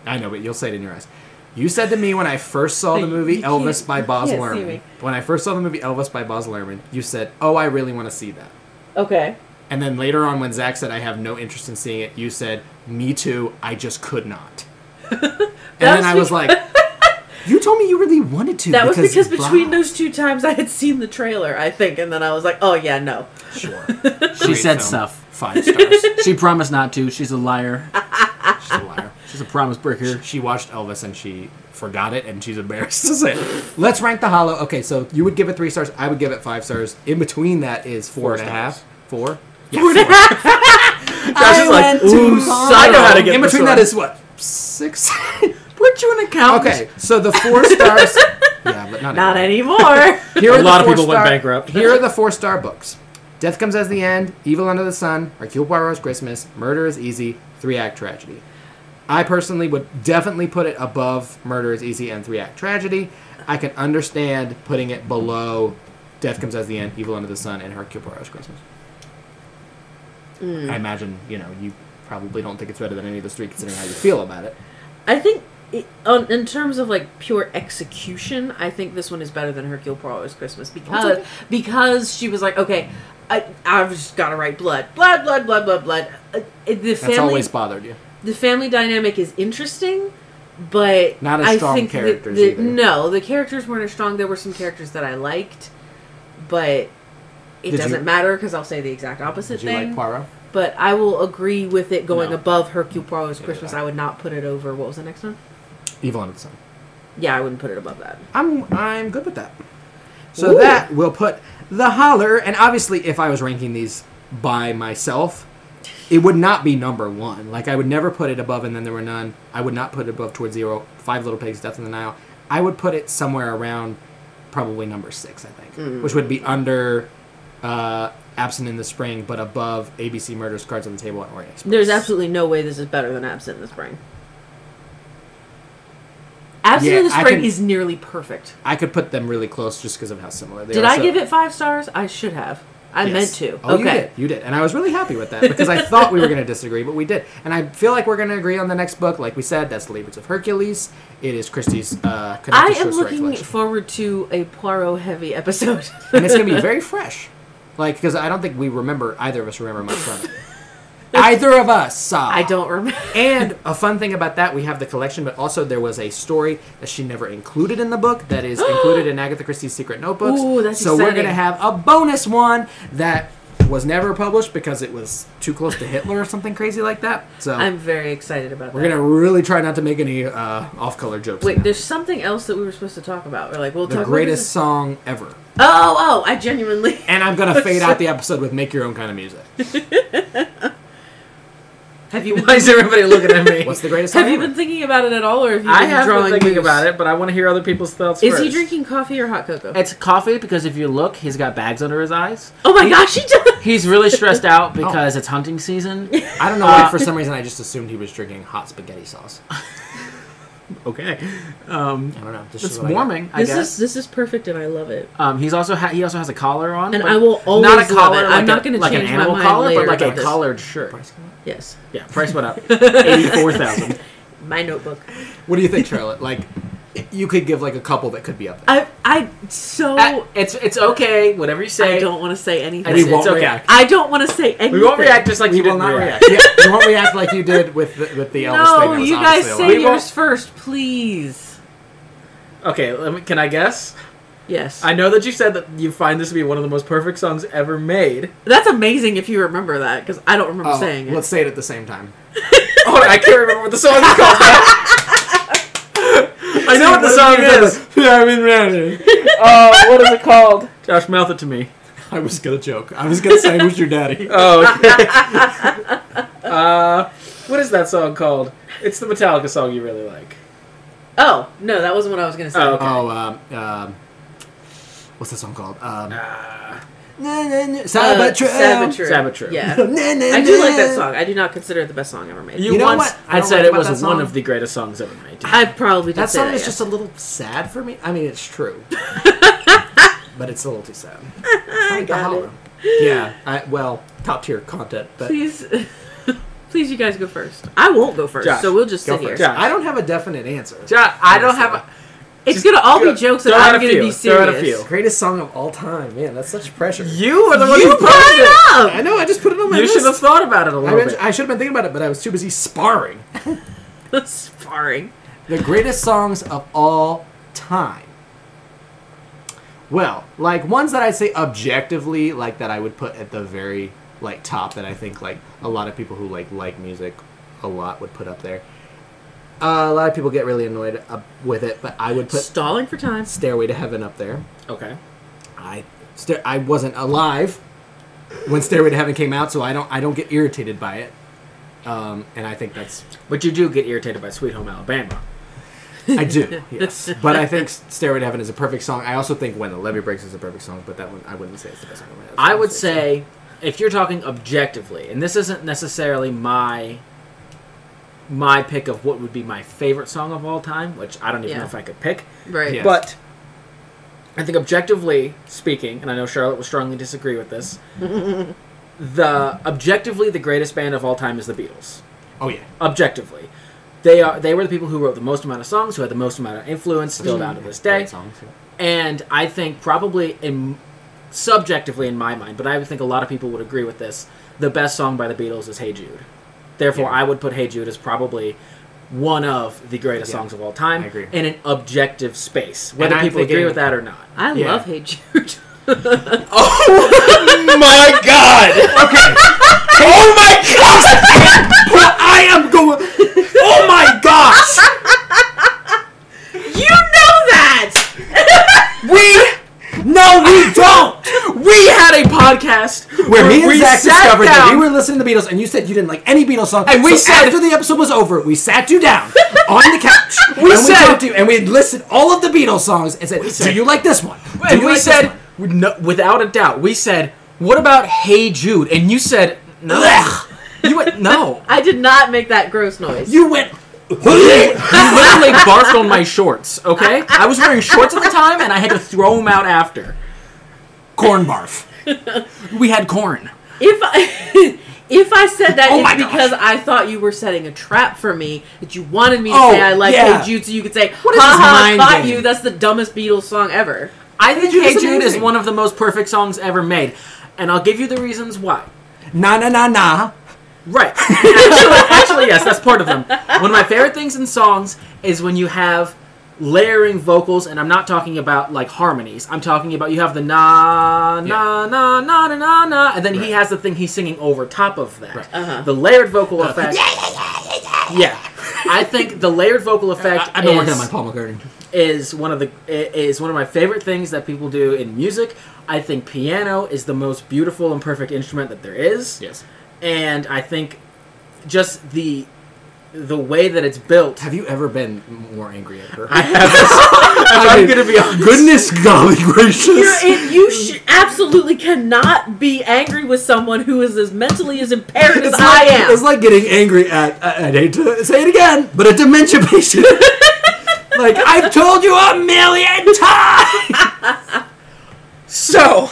Speaker 2: I know, but you'll say it in your eyes. You said to me when I first saw the
Speaker 1: You-
Speaker 2: movie
Speaker 1: you can't-
Speaker 2: Elvis by
Speaker 1: you
Speaker 2: Boz
Speaker 1: can't see
Speaker 2: Lerman.
Speaker 1: me.
Speaker 2: When I first saw the movie Elvis by Boz Lerman, you said, "Oh, I really want to see that."
Speaker 1: Okay.
Speaker 2: And then later on, when Zach said, "I have no interest in seeing it," you said, "Me too. I just could not." and
Speaker 1: That
Speaker 2: then
Speaker 1: was
Speaker 2: I was
Speaker 1: because-
Speaker 2: like, "You told me you really wanted to."
Speaker 1: That was because between
Speaker 2: blah."
Speaker 1: those two times I had seen the trailer, I think, and then I was like, oh yeah, no.
Speaker 2: Sure.
Speaker 3: She said stuff.
Speaker 2: Five stars.
Speaker 3: She promised not to. She's a liar.
Speaker 2: She's a liar.
Speaker 3: She's a promise breaker.
Speaker 2: She watched Elvis and she forgot it and she's embarrassed to say it. Let's rank the hollow. Okay, so you would give it three stars. I would give it five stars. In between that is four
Speaker 3: Four
Speaker 2: and a half.
Speaker 3: stars.
Speaker 2: Four? Yeah,
Speaker 1: Four and a half.
Speaker 3: Josh is like, "Ooh, I know how to get
Speaker 2: In
Speaker 3: this
Speaker 2: between
Speaker 3: one."
Speaker 2: that is what? Six?
Speaker 3: Weren't you an accountant?
Speaker 2: okay, so the four stars. Yeah, but not,
Speaker 1: Not
Speaker 2: anymore.
Speaker 1: anymore.
Speaker 2: Here
Speaker 3: A
Speaker 2: are the
Speaker 3: lot of
Speaker 2: four
Speaker 3: people went
Speaker 2: star-
Speaker 3: bankrupt.
Speaker 2: Here are the four star books: Death Comes as the End, Evil Under the Sun, Hercule Poirot's Christmas, Murder is Easy, Three Act Tragedy. I personally would definitely put it above Murder is Easy and Three Act Tragedy. I can understand putting it below Death Comes as the End, Evil Under the Sun, and Hercule Poirot's Christmas. I imagine you know you probably don't think it's better than any of those three, considering how you feel about it.
Speaker 1: I think, it, on, in terms of like pure execution, I think this one is better than Hercule Poirot's Christmas because because she was like, okay, I, I've just got to write blood, blood, blood, blood, blood, blood. Uh, the
Speaker 2: That's
Speaker 1: family,
Speaker 2: always bothered you.
Speaker 1: the family dynamic is interesting, but
Speaker 2: Not as
Speaker 1: I
Speaker 2: strong
Speaker 1: think that
Speaker 2: characters
Speaker 1: the-
Speaker 2: either.
Speaker 1: No, the characters weren't as strong. There were some characters that I liked, but. It
Speaker 2: Did you-
Speaker 1: doesn't matter because I'll say the exact opposite
Speaker 2: Did you
Speaker 1: thing.
Speaker 2: like Poirot?
Speaker 1: but I will agree with it going
Speaker 2: No.
Speaker 1: above Hercule Poirot's
Speaker 2: Yeah,
Speaker 1: Christmas.
Speaker 2: yeah.
Speaker 1: I would not put it over. What was the next one?
Speaker 2: Evil Under the Sun.
Speaker 1: Yeah, I wouldn't put it above that.
Speaker 2: I'm I'm good with that. So
Speaker 1: Ooh.
Speaker 2: that will put the holler, and obviously, if I was ranking these by myself, it would not be number one. Like I would never put it above, and then there were none. I would not put it above towards zero. Five Little Pigs, Death in the Nile. I would put it somewhere around probably number six, I think,
Speaker 1: Mm.
Speaker 2: which would be under uh, Absent in the Spring, but above ABC Murders, Cards on the Table, and Orient Express.
Speaker 1: There's absolutely no way this is better than Absent in the Spring. Absent
Speaker 2: Yeah,
Speaker 1: in the
Speaker 2: I
Speaker 1: Spring
Speaker 2: can-
Speaker 1: is nearly perfect.
Speaker 2: I could put them really close just because of how similar they
Speaker 1: Did
Speaker 2: are.
Speaker 1: I
Speaker 2: So-
Speaker 1: give it five stars? I should have. I
Speaker 2: Yes.
Speaker 1: meant to.
Speaker 2: Oh, you
Speaker 1: okay.
Speaker 2: did. You did. And I was really happy with that because I thought we were going to disagree, but we did. And I feel like we're going to agree on the next book. Like we said, that's The Labours of Hercules. It is Christie's uh,
Speaker 1: I
Speaker 2: Connecticut
Speaker 1: am
Speaker 2: Shorts
Speaker 1: looking
Speaker 2: Recollection.
Speaker 1: forward to a Poirot heavy episode.
Speaker 2: and it's going to be very fresh. Like, because I don't think we remember, either of us remember much from it. either of us saw.
Speaker 1: I don't remember.
Speaker 2: And a fun thing about that, we have the collection, but also there was a story that she never included in the book that is included in Agatha Christie's Secret Notebooks.
Speaker 1: Ooh, that's
Speaker 2: so we're
Speaker 1: exciting.
Speaker 2: gonna have a bonus one that was never published because it was too close to Hitler or something crazy like that.
Speaker 3: Oh.
Speaker 2: So
Speaker 1: I'm very excited about
Speaker 2: we're
Speaker 1: that.
Speaker 2: gonna really try not to make any uh, off-color jokes.
Speaker 1: Wait,
Speaker 2: now.
Speaker 1: there's something else that we were supposed to talk about. We're like, we'll
Speaker 2: the
Speaker 1: talk
Speaker 2: greatest
Speaker 1: About
Speaker 2: song ever,
Speaker 1: this- oh, oh, I genuinely. Oh,
Speaker 2: and I'm gonna fade out the episode with "Make Your Own Kind of Music."
Speaker 1: Have you been?
Speaker 3: Why is everybody looking at me?
Speaker 2: What's the greatest?
Speaker 1: Have you
Speaker 2: compliment?
Speaker 1: been thinking about it at all, or have you been
Speaker 3: I have been
Speaker 1: drawing
Speaker 3: thinking
Speaker 1: moose?
Speaker 3: about it, but I want to hear other people's thoughts
Speaker 1: Is
Speaker 3: first.
Speaker 1: he drinking coffee or hot cocoa?
Speaker 3: It's coffee because if you look, he's got bags under his eyes.
Speaker 1: oh my gosh, he does.
Speaker 3: He's really stressed out
Speaker 2: Oh.
Speaker 3: because it's hunting season.
Speaker 2: I don't know why. For some reason, I just assumed he was drinking hot spaghetti sauce. I
Speaker 3: Okay, um,
Speaker 2: don't know. This is
Speaker 3: it's
Speaker 2: what I got.
Speaker 3: warming. I
Speaker 1: This
Speaker 3: guess.
Speaker 1: is this is perfect, and I love it.
Speaker 3: Um, he's also ha- he also has a collar on,
Speaker 1: And
Speaker 3: but
Speaker 1: I will always
Speaker 3: not a
Speaker 1: love it.
Speaker 3: collar.
Speaker 1: I'm
Speaker 3: like
Speaker 1: not
Speaker 3: a-
Speaker 1: gonna
Speaker 3: like an
Speaker 1: change my
Speaker 3: animal
Speaker 1: mind
Speaker 3: collar,
Speaker 1: later
Speaker 3: but like
Speaker 1: about
Speaker 3: a
Speaker 1: this.
Speaker 3: collared shirt.
Speaker 2: Price come up.
Speaker 1: Yes,
Speaker 3: Yeah, price went up eighty four thousand.
Speaker 1: my notebook.
Speaker 2: What do you think, Charlotte? Like, you could give like a couple that could be up there.
Speaker 1: I I so
Speaker 3: Uh, It's it's okay. Whatever you say,
Speaker 1: I don't want to say anything.
Speaker 3: it's,
Speaker 2: We won't
Speaker 3: it's okay.
Speaker 2: react.
Speaker 1: I don't want to say anything.
Speaker 3: We won't react just like
Speaker 2: we
Speaker 3: you
Speaker 2: will
Speaker 3: didn't
Speaker 2: not
Speaker 3: react.
Speaker 2: react. yeah, you won't react like you did with the, with the Elvis thing.
Speaker 1: No,
Speaker 2: That was
Speaker 1: you guys
Speaker 2: obviously a
Speaker 1: say
Speaker 2: lie.
Speaker 3: We won't-
Speaker 1: yours first, please.
Speaker 3: Okay, let me, can I guess?
Speaker 1: Yes,
Speaker 3: I know that you said that you find this to be one of the most perfect songs ever made.
Speaker 1: that's amazing if you remember that because I don't remember
Speaker 2: Oh,
Speaker 1: saying it.
Speaker 2: Let's say it at the same time.
Speaker 3: Oh, I can't remember what the song is called. I know what the song is.
Speaker 2: Yeah, I mean, really.
Speaker 3: Uh, what is it called? Josh, mouth it to me.
Speaker 2: I was gonna joke. I was gonna say, "Who's your daddy?"
Speaker 3: Oh, okay. uh, what is that song called? It's the Metallica song you really like.
Speaker 1: Oh no, that wasn't what I was gonna say.
Speaker 3: Oh, okay.
Speaker 2: Oh, um, um, what's that song called? Um,
Speaker 3: Uh,
Speaker 2: na, na, na,
Speaker 1: Uh,
Speaker 2: Saboteur.
Speaker 1: Saboteur.
Speaker 3: Saboteur.
Speaker 1: Yeah,
Speaker 2: Na, na,
Speaker 1: I do
Speaker 2: na.
Speaker 1: like that song. I do not consider it the best song ever made.
Speaker 3: you
Speaker 2: You know
Speaker 3: once
Speaker 2: what? I
Speaker 3: had
Speaker 2: don't
Speaker 3: said
Speaker 2: like
Speaker 3: it
Speaker 2: about
Speaker 3: was
Speaker 2: that
Speaker 3: one
Speaker 2: song.
Speaker 3: of the greatest songs ever made. didn't
Speaker 1: I probably did
Speaker 2: That
Speaker 1: say
Speaker 2: song
Speaker 1: that,
Speaker 2: is
Speaker 1: yes.
Speaker 2: just a little sad for me. I mean, it's true, but it's a little too sad. I
Speaker 1: got
Speaker 2: Yeah. I, well, top tier content, but
Speaker 1: Please, please, you guys go first. I won't go first,
Speaker 3: Josh,
Speaker 1: so we'll just
Speaker 2: go
Speaker 1: sit
Speaker 2: for
Speaker 1: here.
Speaker 2: it.
Speaker 3: Josh.
Speaker 2: I don't have a definite answer.
Speaker 3: you? Josh, I don't have. A,
Speaker 1: It's gonna all be jokes, and
Speaker 3: Throw out
Speaker 1: I'm
Speaker 3: a
Speaker 1: gonna
Speaker 3: few.
Speaker 1: be
Speaker 3: Throw out a
Speaker 1: serious.
Speaker 3: few.
Speaker 2: Greatest song of all time, man. That's such pressure.
Speaker 3: you are the one
Speaker 1: You
Speaker 3: who
Speaker 1: brought
Speaker 3: posted it.
Speaker 1: it
Speaker 2: I
Speaker 1: up.
Speaker 2: know. I just put it on my
Speaker 3: You
Speaker 2: list.
Speaker 3: should have thought about it a
Speaker 2: I,
Speaker 3: little
Speaker 2: meant-
Speaker 3: bit.
Speaker 2: I should have been thinking about it, but I was too busy sparring.
Speaker 1: That's sparring.
Speaker 2: The greatest songs of all time. Well, like ones that I say objectively, like that I would put at the very like top that I think like a lot of people who like like music a lot would put up there. Uh, a lot of people get really annoyed uh, with it, but I would put
Speaker 1: Stalling for time.
Speaker 2: Stairway to Heaven up there.
Speaker 3: Okay.
Speaker 2: I sta I wasn't alive when Stairway to Heaven came out, so I don't I don't get irritated by it. Um, and I think that's
Speaker 3: But you do get irritated by Sweet Home Alabama.
Speaker 2: I do, yes. But I think Stairway to Heaven is a perfect song. I also think When the Levee Breaks is a perfect song, but that one I wouldn't say it's the best song. on my list.
Speaker 3: I would say, if you're talking objectively, and this isn't necessarily my my pick of what would be my favorite song of all time, which I don't even know
Speaker 1: Yeah.
Speaker 3: if I could pick,
Speaker 1: Right.
Speaker 2: Yeah.
Speaker 3: but I think objectively speaking, and I know Charlotte will strongly disagree with this, the objectively the greatest band of all time is the Beatles.
Speaker 2: oh
Speaker 3: Mm.
Speaker 2: yeah,
Speaker 3: Objectively. They are they were the people who wrote the most amount of songs, who had the most amount of influence still
Speaker 2: Mm-hmm.
Speaker 3: down to this day.
Speaker 2: great songs. yeah.
Speaker 3: and I think probably in subjectively in my mind, but I would think a lot of people would agree with this. The best song by the Beatles is Hey Jude. Therefore,
Speaker 2: Yeah.
Speaker 3: I would put Hey Jude as probably one of the greatest
Speaker 2: Yeah,
Speaker 3: songs of all time
Speaker 2: I agree.
Speaker 3: in an objective space, whether
Speaker 2: I'm
Speaker 3: people agree
Speaker 2: thinking-
Speaker 3: with that or not.
Speaker 1: I
Speaker 2: Yeah.
Speaker 1: love Hey Jude. Oh.
Speaker 3: My God!
Speaker 2: Okay. oh my gosh! Well, I am going. Oh my gosh!
Speaker 1: you know that.
Speaker 2: We no, we don't.
Speaker 3: We had a podcast
Speaker 2: Where me and Zach
Speaker 3: sat
Speaker 2: discovered that
Speaker 3: down-
Speaker 2: we were listening to the Beatles, and you said you didn't like any Beatles song.
Speaker 3: And we
Speaker 2: so
Speaker 3: said-
Speaker 2: after the episode was over, we sat you down on the couch.
Speaker 3: We
Speaker 2: and
Speaker 3: said-
Speaker 2: we talked to you, and we listed all of the Beatles songs and said, "Do you like this one?" Do
Speaker 3: and
Speaker 2: you
Speaker 3: we
Speaker 2: like this
Speaker 3: said
Speaker 2: one?"
Speaker 3: no, without a doubt we said what about hey jude and you said no you went no
Speaker 1: I did not make that gross noise.
Speaker 2: "You went."
Speaker 3: you literally barfed on my shorts okay i was wearing shorts at the time and i had to throw them out after
Speaker 2: Corn barf.
Speaker 3: we had corn
Speaker 1: If I, if I said that,
Speaker 2: Oh my
Speaker 1: it's
Speaker 2: gosh.
Speaker 1: because I thought you were setting a trap for me that you wanted me to
Speaker 2: Oh,
Speaker 1: say I like
Speaker 2: yeah.
Speaker 1: Hey Jude, so you could say,
Speaker 2: What is
Speaker 1: "Ha
Speaker 2: this
Speaker 1: ha, I
Speaker 2: mind
Speaker 1: thought
Speaker 2: game?
Speaker 1: you." That's the dumbest Beatles song ever.
Speaker 3: i think
Speaker 2: Jude
Speaker 3: hey
Speaker 2: is
Speaker 3: jude is
Speaker 2: amazing.
Speaker 3: one of the most perfect songs ever made and i'll give you the reasons why
Speaker 2: Na na na na.
Speaker 3: Right. actually, actually, yes, that's part of them. One of my favorite things in songs is when you have layering vocals, and I'm not talking about like harmonies. I'm talking about you have the na na na na na na na, and then he has the thing he's singing over top of that.
Speaker 1: Uh-huh.
Speaker 3: The layered vocal effect. yeah. I think the layered vocal effect.
Speaker 2: I've been working
Speaker 3: is-
Speaker 2: on my Paul McCartney.
Speaker 3: is one of the is one of my favorite things that people do in music. I think piano is the most beautiful and perfect instrument that there is.
Speaker 2: Yes.
Speaker 3: And I think just the the way that it's built.
Speaker 2: Have you ever been more angry at her?
Speaker 3: I have.
Speaker 2: I
Speaker 3: I'm
Speaker 2: mean,
Speaker 3: gonna be honest.
Speaker 2: Goodness golly gracious!
Speaker 1: You're, it, you sh- absolutely cannot be angry with someone who is as mentally as impaired as
Speaker 2: It's
Speaker 1: I
Speaker 2: like,
Speaker 1: am.
Speaker 2: It's like getting angry at. I, I hate to say it again, but a dementia patient. like I've told you a million times.
Speaker 3: So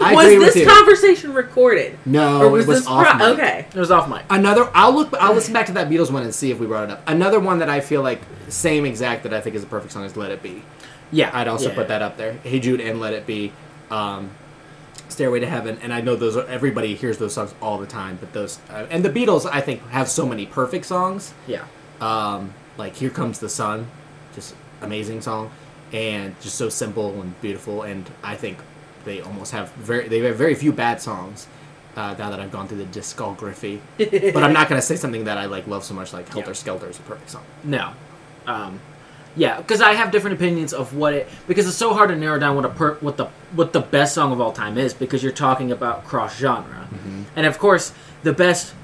Speaker 2: I
Speaker 1: was
Speaker 2: agree
Speaker 1: this
Speaker 2: with you.
Speaker 1: conversation recorded?
Speaker 2: no,
Speaker 1: or was,
Speaker 2: it was
Speaker 1: this
Speaker 2: off.
Speaker 1: pro-
Speaker 2: mic.
Speaker 1: okay?
Speaker 3: it was off mic.
Speaker 2: Another. I'll look. I'll listen back to that Beatles one and see if we brought it up. Another one that I feel like same exact that I think is a perfect song is "Let It Be."
Speaker 3: Yeah,
Speaker 2: I'd also
Speaker 3: yeah.
Speaker 2: put that up there. Hey Jude and Let It Be, um, Stairway to Heaven, and I know those. Are, everybody hears those songs all the time, but those uh, and the Beatles I think have so many perfect songs.
Speaker 3: Yeah,
Speaker 2: Um, like Here Comes the Sun, just amazing song, and just so simple and beautiful. And I think they almost have very they have very few bad songs. Uh, now that I've gone through the discography, but I'm not gonna say something that I like love so much. Like Helter
Speaker 3: Yeah.
Speaker 2: Skelter is a perfect song.
Speaker 3: no, um, yeah, because I have different opinions of what it because it's so hard to narrow down what a per, what the what the best song of all time is because you're talking about cross genre,
Speaker 2: Mm-hmm.
Speaker 3: and of course the best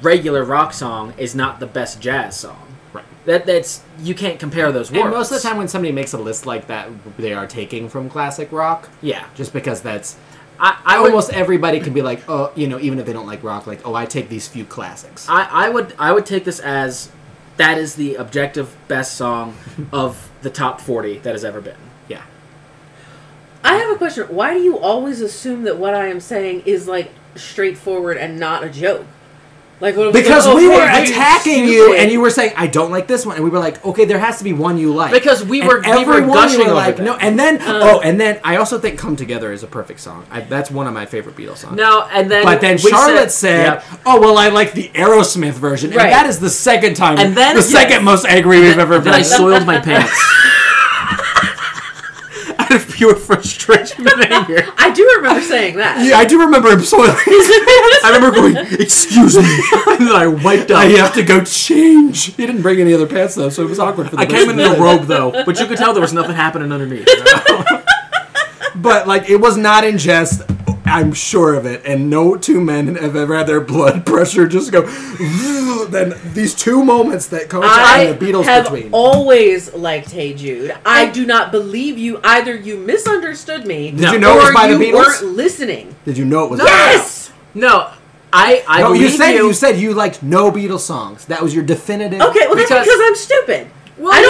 Speaker 3: regular rock song is not the best jazz song.
Speaker 2: Right.
Speaker 3: That that's you can't compare those words.
Speaker 2: And most of the time, when somebody makes a list like that, they are taking from classic rock,
Speaker 3: yeah,
Speaker 2: just because that's
Speaker 3: I I would,
Speaker 2: almost everybody can be like, oh, you know, even if they don't like rock, like, oh, I take these few classics.
Speaker 3: I, I would I would take this as that is the objective best song of the top forty that has ever been.
Speaker 2: yeah,
Speaker 1: I have a question. Why do you always assume that what I am saying is like straightforward and not a joke? Like oh, when I'm
Speaker 2: because
Speaker 1: like,
Speaker 2: we
Speaker 1: "Okay,
Speaker 2: were
Speaker 1: you're
Speaker 2: attacking you,
Speaker 1: stupid."
Speaker 2: and you were saying, I don't like this one, and we were like, okay, there has to be one you like.
Speaker 3: Because we
Speaker 2: And
Speaker 3: were- we were
Speaker 2: everyone you
Speaker 3: gushing over
Speaker 2: like
Speaker 3: that. Uh.
Speaker 2: no, and then oh, and then I also think "Come Together" is a perfect song. I, that's one of my favorite Beatles songs.
Speaker 3: No, and then
Speaker 2: But then
Speaker 3: we
Speaker 2: Charlotte said,
Speaker 3: Yep.
Speaker 2: "Oh well, I like the Aerosmith version, and
Speaker 1: Right.
Speaker 2: that is the second time,
Speaker 3: And then-
Speaker 2: the
Speaker 3: yes.
Speaker 2: second most angry we've ever
Speaker 3: Then
Speaker 2: been."
Speaker 3: I soiled my pants.
Speaker 2: out of pure frustration and anger.
Speaker 1: I do remember saying that.
Speaker 2: Yeah, I do remember him soiling. I remember going, "Excuse me," and then I wiped up. I have to go change. He didn't bring any other pants though, so it was awkward for the.
Speaker 3: I came in in a
Speaker 2: person.
Speaker 3: robe though, but you could tell there was nothing happening underneath.
Speaker 2: but like it was not in jest. I'm sure of it, and no two men have ever had their blood pressure just go. Then these two moments that coincide
Speaker 1: I
Speaker 2: in the Beatles
Speaker 1: have
Speaker 2: between.
Speaker 1: always liked Hey Jude. I do not believe you. Either you misunderstood me,
Speaker 3: Did you
Speaker 2: know it was
Speaker 1: or
Speaker 2: by the
Speaker 1: you
Speaker 2: Beatles?
Speaker 1: weren't listening.
Speaker 2: Did you know it was?
Speaker 1: Yes.
Speaker 3: No, I I
Speaker 2: No,
Speaker 3: believe
Speaker 2: you said you. said you liked no Beatles songs. That was your definitive.
Speaker 1: Okay, well that's
Speaker 3: Because-
Speaker 1: because, I'm stupid.
Speaker 3: Well,
Speaker 1: I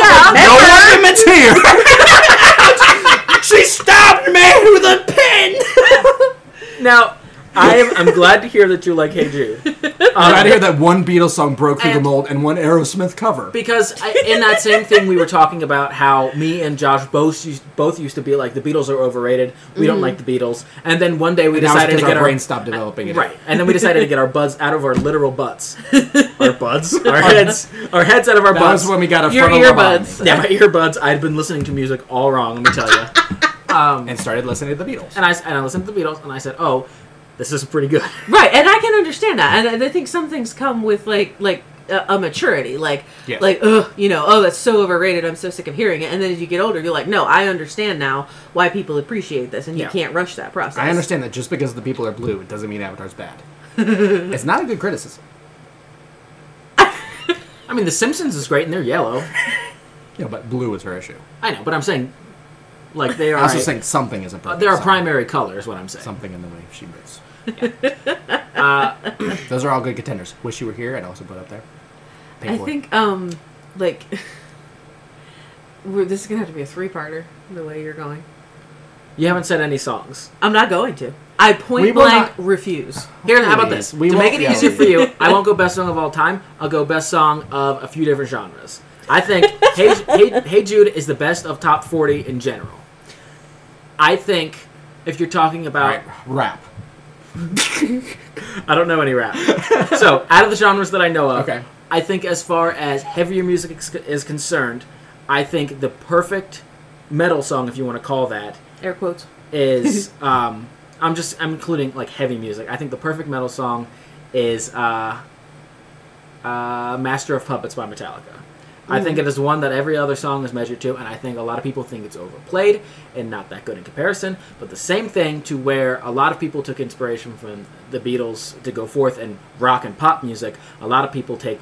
Speaker 1: don't
Speaker 3: yeah.
Speaker 1: remember.
Speaker 2: argument's here. she stabbed me with a pin.
Speaker 3: Now I am. I'm glad to hear that you like Hey Jude.
Speaker 2: I'm glad to hear that one Beatles song broke through the
Speaker 3: And-
Speaker 2: mold and one Aerosmith cover.
Speaker 3: Because I, in that same thing, we were talking about how me and Josh both used, both used to be like the Beatles are overrated. We don't like the Beatles, and then one day we
Speaker 2: That was
Speaker 3: decided
Speaker 2: because
Speaker 3: to get
Speaker 2: our
Speaker 3: our
Speaker 2: brain stopped developing. it.
Speaker 3: right, and then we decided to get our butts out of our literal butts,
Speaker 2: our buds,
Speaker 3: our heads, our heads out of our
Speaker 2: That
Speaker 3: butts.
Speaker 2: was when we got a
Speaker 1: Your
Speaker 2: frontal
Speaker 1: earbuds.
Speaker 2: lobotomy
Speaker 3: yeah, my earbuds. I'd been listening to music all wrong. Let me tell you. Um,
Speaker 2: and started listening to the Beatles.
Speaker 3: and I and I listened to the Beatles, and I said, "Oh, this is pretty good."
Speaker 1: Right, and I can understand that, and I- I think some things come with like like a, a maturity, like
Speaker 2: Yeah.
Speaker 1: like ugh, you know, oh that's so overrated. I'm so sick of hearing it. And then as you get older, you're like, no, I understand now why people appreciate this, and
Speaker 3: Yeah.
Speaker 1: you can't rush that process.
Speaker 2: I understand that just because the people are blue, it doesn't mean Avatar's bad. it's not a good criticism.
Speaker 3: I mean, The Simpsons is great, and they're yellow.
Speaker 2: Yeah, but blue is her issue.
Speaker 3: I know, but I'm saying, like, they are.
Speaker 2: I also
Speaker 3: a-
Speaker 2: think something is a
Speaker 3: uh,
Speaker 2: perfect.
Speaker 3: they're a
Speaker 2: song.
Speaker 3: primary color, is what I'm saying.
Speaker 2: Something in the way she moves.
Speaker 3: Uh,
Speaker 2: Those are all good contenders. Wish you were here. I'd also put up there.
Speaker 1: I think um like we're, this is gonna have to be a three parter the way you're going.
Speaker 3: you haven't said any songs.
Speaker 1: I'm not going to. I point
Speaker 2: We will
Speaker 1: blank
Speaker 2: not-
Speaker 1: refuse.
Speaker 3: Here, how about
Speaker 2: Please,
Speaker 3: this?
Speaker 2: we
Speaker 3: to
Speaker 2: won't
Speaker 3: make it
Speaker 2: yell
Speaker 3: easier
Speaker 2: at
Speaker 3: for
Speaker 2: you.
Speaker 3: you, I won't go best song of all time. I'll go best song of a few different genres. I think Hey, hey, hey Jude is the best of top 40 in general. I think if you're talking
Speaker 2: All right,
Speaker 3: about.
Speaker 2: rap.
Speaker 3: I don't know any rap. so, out of the genres that I know of,
Speaker 2: Okay.
Speaker 3: I think as far as heavier music is- is concerned, I think the perfect metal song, if you want to call that,
Speaker 1: Air quotes.
Speaker 3: is um, I'm just I'm including like heavy music. I think the perfect metal song is uh, uh, "Master of Puppets" by Metallica. I think it is one that every other song is measured to, and I think a lot of people think it's overplayed and not that good in comparison. But the same thing to where a lot of people took inspiration from the Beatles to go forth and rock and pop music. A lot of people take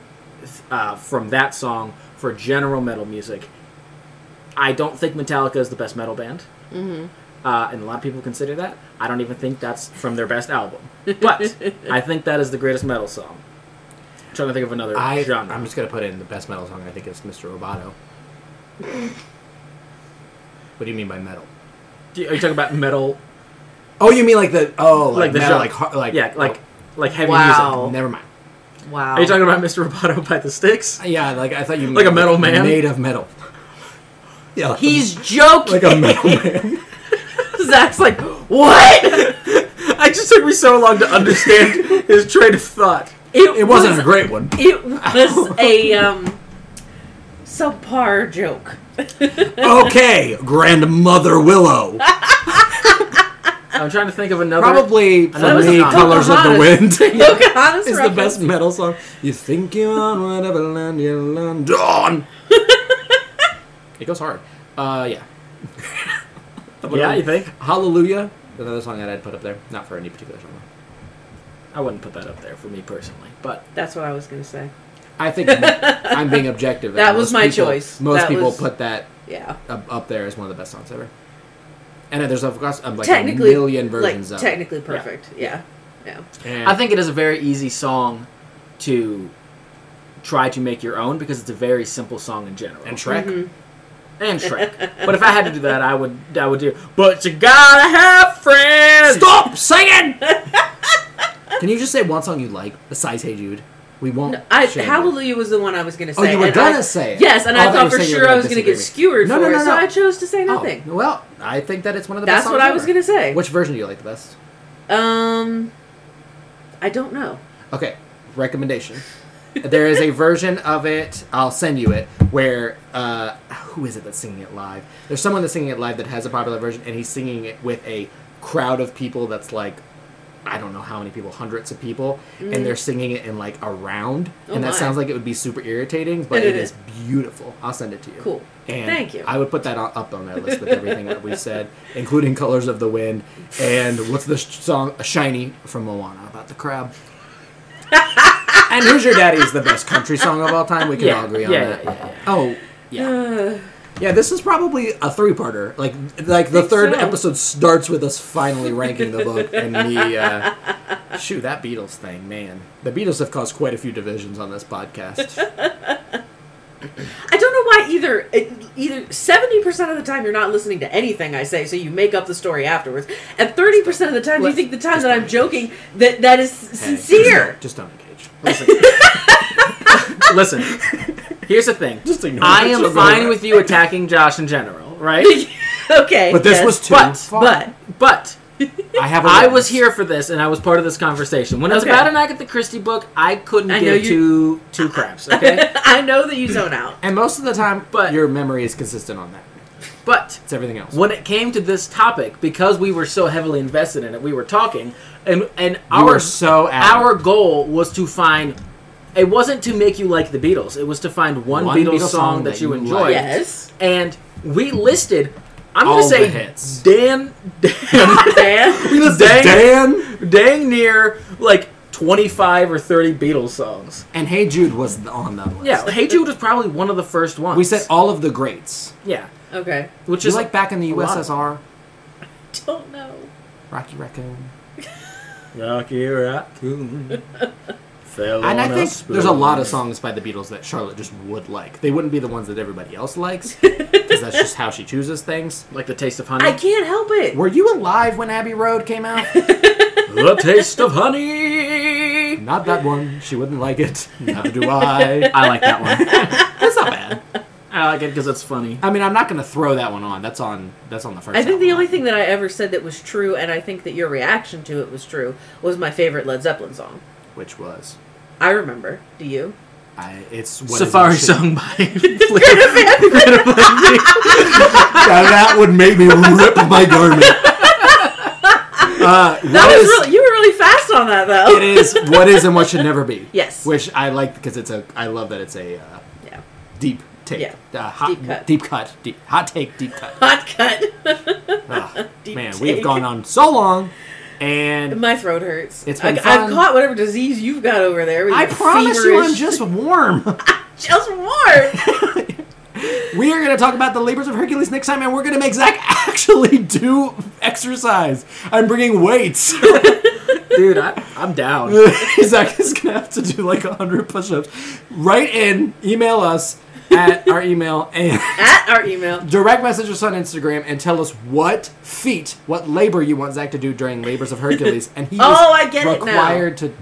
Speaker 3: uh, from that song for general metal music. I don't think Metallica is the best metal band, uh, and a lot of people consider that. I don't even think that's from their best album, but I think that is the greatest metal song. I'm trying to think of another
Speaker 2: I,
Speaker 3: genre.
Speaker 2: I'm just gonna put in the best metal song. I think is Mr. Roboto. what do you mean by metal?
Speaker 3: Do you- Are you talking about metal?
Speaker 2: Oh, you mean like the oh like,
Speaker 3: Like the
Speaker 2: metal
Speaker 3: genre.
Speaker 2: like har- like
Speaker 3: yeah, like like heavy
Speaker 1: Wow.
Speaker 3: music.
Speaker 2: oh, never mind.
Speaker 1: Wow.
Speaker 3: Are you talking about Mr. Roboto by the Sticks?
Speaker 2: Yeah, like I thought you
Speaker 3: Like a metal man?
Speaker 2: made of metal. Yeah, like,
Speaker 1: He's joking.
Speaker 2: like a metal man.
Speaker 1: Zach's like, what?
Speaker 3: I just took me so long to understand his train of thought.
Speaker 2: It wasn't a great one.
Speaker 1: It was a um, subpar joke.
Speaker 2: Okay, grandmother Willow.
Speaker 3: I'm trying to think of another.
Speaker 2: Pocahontas. Probably
Speaker 3: That
Speaker 2: for
Speaker 3: was
Speaker 2: me,
Speaker 3: not-
Speaker 2: Colors of the Wind
Speaker 1: Pocahontas
Speaker 2: is the
Speaker 1: reference.
Speaker 2: best metal song. You think you're on whatever land you're on. Dawn. it goes hard. Uh, yeah.
Speaker 3: Yeah, you think?
Speaker 2: Hallelujah. Another song that I'd put up there, not for any particular genre.
Speaker 3: I wouldn't put that up there for me personally, but
Speaker 1: That's what I was gonna say.
Speaker 2: I think I'm being objective.
Speaker 1: That
Speaker 2: Most
Speaker 1: was my
Speaker 2: people-
Speaker 1: choice.
Speaker 2: Most
Speaker 1: That
Speaker 2: people
Speaker 1: was-
Speaker 2: put that
Speaker 1: Yeah.
Speaker 2: up, up there as one of the best songs ever. And there's of course um, like
Speaker 1: technically,
Speaker 2: a million versions
Speaker 1: like,
Speaker 2: of it.
Speaker 1: technically perfect. Yeah. Yeah.
Speaker 2: And
Speaker 3: I think it is a very easy song to try to make your own because it's a very simple song in general.
Speaker 2: and Shrek.
Speaker 1: Mm-hmm.
Speaker 3: and Shrek. but if I had to do that, I would. I would do. But you gotta have friends.
Speaker 2: Stop singing! Can you just say one song you like besides Hey Jude? We won't.
Speaker 1: No, I,
Speaker 2: shame you.
Speaker 1: Hallelujah was the one I was gonna say.
Speaker 2: Oh, you were
Speaker 1: and
Speaker 2: gonna
Speaker 1: I-
Speaker 2: say it.
Speaker 1: Yes, and
Speaker 2: Oh,
Speaker 1: I,
Speaker 2: I thought you
Speaker 1: thought
Speaker 2: were
Speaker 1: for
Speaker 2: saying you
Speaker 1: sure
Speaker 2: were
Speaker 1: I
Speaker 2: gonna
Speaker 1: was gonna get
Speaker 2: disagree with me.
Speaker 1: skewered
Speaker 2: No,
Speaker 1: for
Speaker 2: no, no,
Speaker 1: it, so
Speaker 2: no.
Speaker 1: I chose to say nothing.
Speaker 2: Oh, well, I think that it's one of the
Speaker 1: That's
Speaker 2: best songs
Speaker 1: what I was
Speaker 2: ever.
Speaker 1: gonna say.
Speaker 2: Which version do you like the best?
Speaker 1: Um, I don't know.
Speaker 2: Okay, recommendation. there is a version of it. I'll send you it. Where uh, who is it that's singing it live? There's someone that's singing it live that has a popular version, and he's singing it with a crowd of people that's like, I don't know how many people, hundreds of people, and they're singing it in like a round,
Speaker 1: Mm. Oh
Speaker 2: and that
Speaker 1: my.
Speaker 2: sounds like it would be super irritating, but it is beautiful. I'll send it to you.
Speaker 1: Cool.
Speaker 2: And
Speaker 1: Thank you.
Speaker 2: I would put that on, up on that list with everything that we said, including "Colors of the Wind" and what's the sh- song "Shiny" from Moana about the crab. and "Who's Your Daddy" is the best country song of all time. We can
Speaker 3: Yeah,
Speaker 2: all agree on
Speaker 3: yeah,
Speaker 2: that.
Speaker 3: yeah, yeah, yeah.
Speaker 2: Oh, yeah,
Speaker 1: Uh,
Speaker 2: yeah. This is probably a three-parter. Like, like the
Speaker 1: Think
Speaker 2: third
Speaker 1: so.
Speaker 2: episode starts with us finally ranking the book and the. Uh, shoot, that Beatles thing, man. The Beatles have caused quite a few divisions on this podcast.
Speaker 1: I don't know why either. It, either seventy percent of the time you're not listening to anything I say, so you make up the story afterwards, and thirty percent of the time you
Speaker 2: Let's-
Speaker 1: think the time
Speaker 2: just
Speaker 1: that I'm
Speaker 2: don't-
Speaker 1: joking that that is
Speaker 2: Hey,
Speaker 1: sincere.
Speaker 2: Just don't engage.
Speaker 3: Listen. Listen. Here's the thing.
Speaker 2: Just ignore
Speaker 3: I
Speaker 2: it.
Speaker 3: am
Speaker 2: Just
Speaker 3: fine
Speaker 2: ignore
Speaker 3: with you attacking Josh in general, right?
Speaker 1: okay,
Speaker 2: But this
Speaker 1: yes,
Speaker 2: was too
Speaker 3: but-
Speaker 2: far.
Speaker 1: But
Speaker 3: But
Speaker 2: I have. a
Speaker 3: I
Speaker 2: witness.
Speaker 3: was here for this, and I was part of this conversation. When it was
Speaker 1: Okay.
Speaker 3: about an Agatha Christie book, I couldn't
Speaker 1: I know
Speaker 3: give two two craps. Okay,
Speaker 1: I know that you zone out.
Speaker 2: and most of the time,
Speaker 3: But-
Speaker 2: your memory is consistent on that.
Speaker 3: but
Speaker 2: It's everything else.
Speaker 3: when it came to this topic, because we were so heavily invested in it, we were talking, and and
Speaker 2: You
Speaker 3: our
Speaker 2: are so adamant.
Speaker 3: our goal was to find. It wasn't to make you like the Beatles. It was to find one, Beatles, song that, you
Speaker 2: liked.
Speaker 3: enjoyed.
Speaker 1: Yes,
Speaker 3: and we listed. I'm
Speaker 2: All
Speaker 3: gonna say
Speaker 2: the hits.
Speaker 3: Dan, Dan,
Speaker 1: Dan.
Speaker 2: We listed
Speaker 3: Dang-
Speaker 2: Dan
Speaker 3: dang near like 25 or 30 Beatles songs.
Speaker 2: and Hey Jude was th- on that list.
Speaker 3: Yeah, Hey Jude was probably one of the first ones.
Speaker 2: we said all of the greats.
Speaker 3: yeah,
Speaker 1: Okay,
Speaker 3: which
Speaker 2: Just
Speaker 3: is
Speaker 2: like back in the
Speaker 3: a lot.
Speaker 2: USSR,
Speaker 1: don't know.
Speaker 2: Rocky Raccoon.
Speaker 3: Rocky Raccoon. fell
Speaker 2: And I
Speaker 3: on a
Speaker 2: think there's a
Speaker 3: spoon.
Speaker 2: lot of songs by the Beatles that Charlotte just would like. They wouldn't be the ones that everybody else likes because that's just how she chooses things.
Speaker 3: like the Taste of Honey.
Speaker 1: I can't help it.
Speaker 2: Were you alive when Abbey Road came out?
Speaker 3: the Taste of Honey.
Speaker 2: Not that one. She wouldn't like it. Neither do I.
Speaker 3: I like that one.
Speaker 2: That's not bad.
Speaker 3: I like it because it's funny.
Speaker 2: I mean, I'm not gonna throw that one on. That's on. That's on the first.
Speaker 1: I think
Speaker 2: album.
Speaker 1: the only thing that I ever said that was true, and I think that your reaction to it was true, was my favorite Led Zeppelin song.
Speaker 2: which was,
Speaker 1: I remember. Do you?
Speaker 2: I, it's what is
Speaker 3: Safari
Speaker 2: it?
Speaker 3: song by
Speaker 2: Now that would make me rip my garment. Uh,
Speaker 1: That
Speaker 2: what
Speaker 1: was
Speaker 2: is-
Speaker 1: really, you were really fast on that though.
Speaker 2: It is what is and what should never be.
Speaker 1: Yes.
Speaker 2: Which I like because it's a. I love that it's a uh,
Speaker 1: Yeah.
Speaker 2: deep take.
Speaker 1: Yeah.
Speaker 2: Uh, hot,
Speaker 1: Deep cut.
Speaker 2: Deep cut. Deep, hot take. Deep cut.
Speaker 1: Hot cut.
Speaker 2: Ah,
Speaker 1: Deep
Speaker 2: man, we have
Speaker 1: take.
Speaker 2: gone on so long, and
Speaker 1: My throat hurts.
Speaker 2: It's been
Speaker 1: I, have
Speaker 2: fun.
Speaker 1: caught whatever disease you've got over there. with
Speaker 2: I
Speaker 1: your
Speaker 2: promise you, I'm
Speaker 1: feverish-
Speaker 2: just warm.
Speaker 1: just warm.
Speaker 2: we are going to talk about the labors of Hercules next time, and we're going to make Zach actually do exercise. I'm bringing weights.
Speaker 3: Dude, I, I'm down.
Speaker 2: Zach is going to have to do like 100 push ups. Write in, email us at our email, and
Speaker 1: At our email.
Speaker 2: direct message us on Instagram and tell us what feat, what labor you want Zach to do during labors of Hercules. And he is
Speaker 1: Oh, I get it now.
Speaker 2: required to.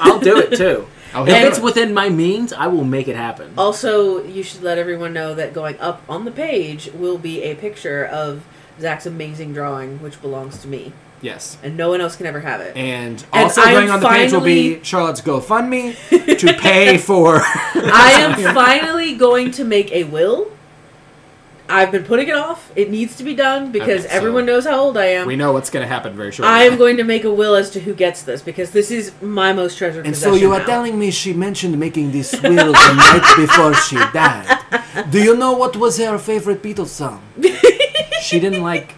Speaker 3: I'll do it too.
Speaker 2: Oh, he'll
Speaker 3: If
Speaker 2: do
Speaker 3: it's
Speaker 2: it.
Speaker 3: within my means, I will make it happen.
Speaker 1: Oh, Also, you should let everyone know that going up on the page will be a picture of Zach's amazing drawing, which belongs to me,
Speaker 2: Yes.
Speaker 1: and no one else can ever have it.
Speaker 2: And
Speaker 1: And
Speaker 2: also
Speaker 1: I'm
Speaker 2: going on the page will be
Speaker 1: finally-
Speaker 2: Charlotte's GoFundMe to pay for.
Speaker 1: I am finally going to make a will. I've been putting it off. It needs to be done because
Speaker 2: Okay, so-
Speaker 1: everyone knows how old I am.
Speaker 2: we know what's going to happen very shortly.
Speaker 1: I am going to make a will as to who gets this because this is my most treasured
Speaker 2: And
Speaker 1: possession.
Speaker 2: so you are
Speaker 1: now.
Speaker 2: telling me she mentioned making this will the night before she died. Do you know what was her favorite Beatles song? she didn't like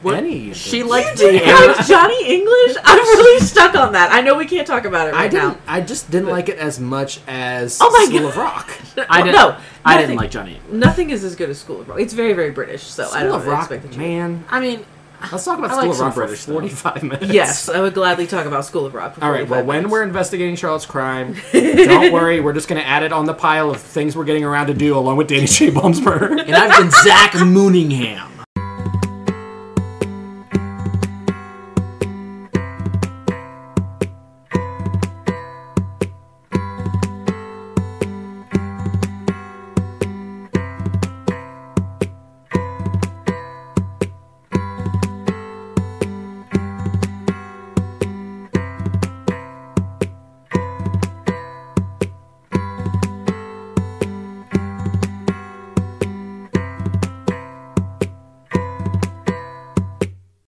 Speaker 3: What?
Speaker 2: any. of
Speaker 3: She
Speaker 2: it.
Speaker 3: liked
Speaker 1: Do you
Speaker 3: the
Speaker 1: like
Speaker 3: era.
Speaker 1: Johnny English? I'm really stuck on that. I know we can't talk about it right
Speaker 2: I
Speaker 1: now.
Speaker 2: didn't. I just didn't like it as much as
Speaker 1: Oh my
Speaker 2: School
Speaker 1: God.
Speaker 2: of Rock.
Speaker 3: I didn't.
Speaker 1: No,
Speaker 3: I
Speaker 1: nothing.
Speaker 3: didn't like Johnny.
Speaker 1: Nothing is as good as School of Rock. It's very, very British, so I
Speaker 2: School
Speaker 1: don't
Speaker 2: of Rock,
Speaker 1: expect that you.
Speaker 2: man.
Speaker 3: I mean,
Speaker 2: Let's talk about
Speaker 3: I
Speaker 2: School
Speaker 3: like
Speaker 2: of
Speaker 3: some
Speaker 2: Rock for
Speaker 3: British stuff.
Speaker 2: forty-five minutes.
Speaker 1: Yes, I would gladly talk about School of Rock. for
Speaker 2: All right. Well,
Speaker 1: 45
Speaker 2: when
Speaker 1: minutes.
Speaker 2: we're investigating Charlotte's crime, don't worry. We're just going to add it on the pile of things we're getting around to do, along with Danny J. Baumsberg.
Speaker 3: and I've been Zach Mooningham.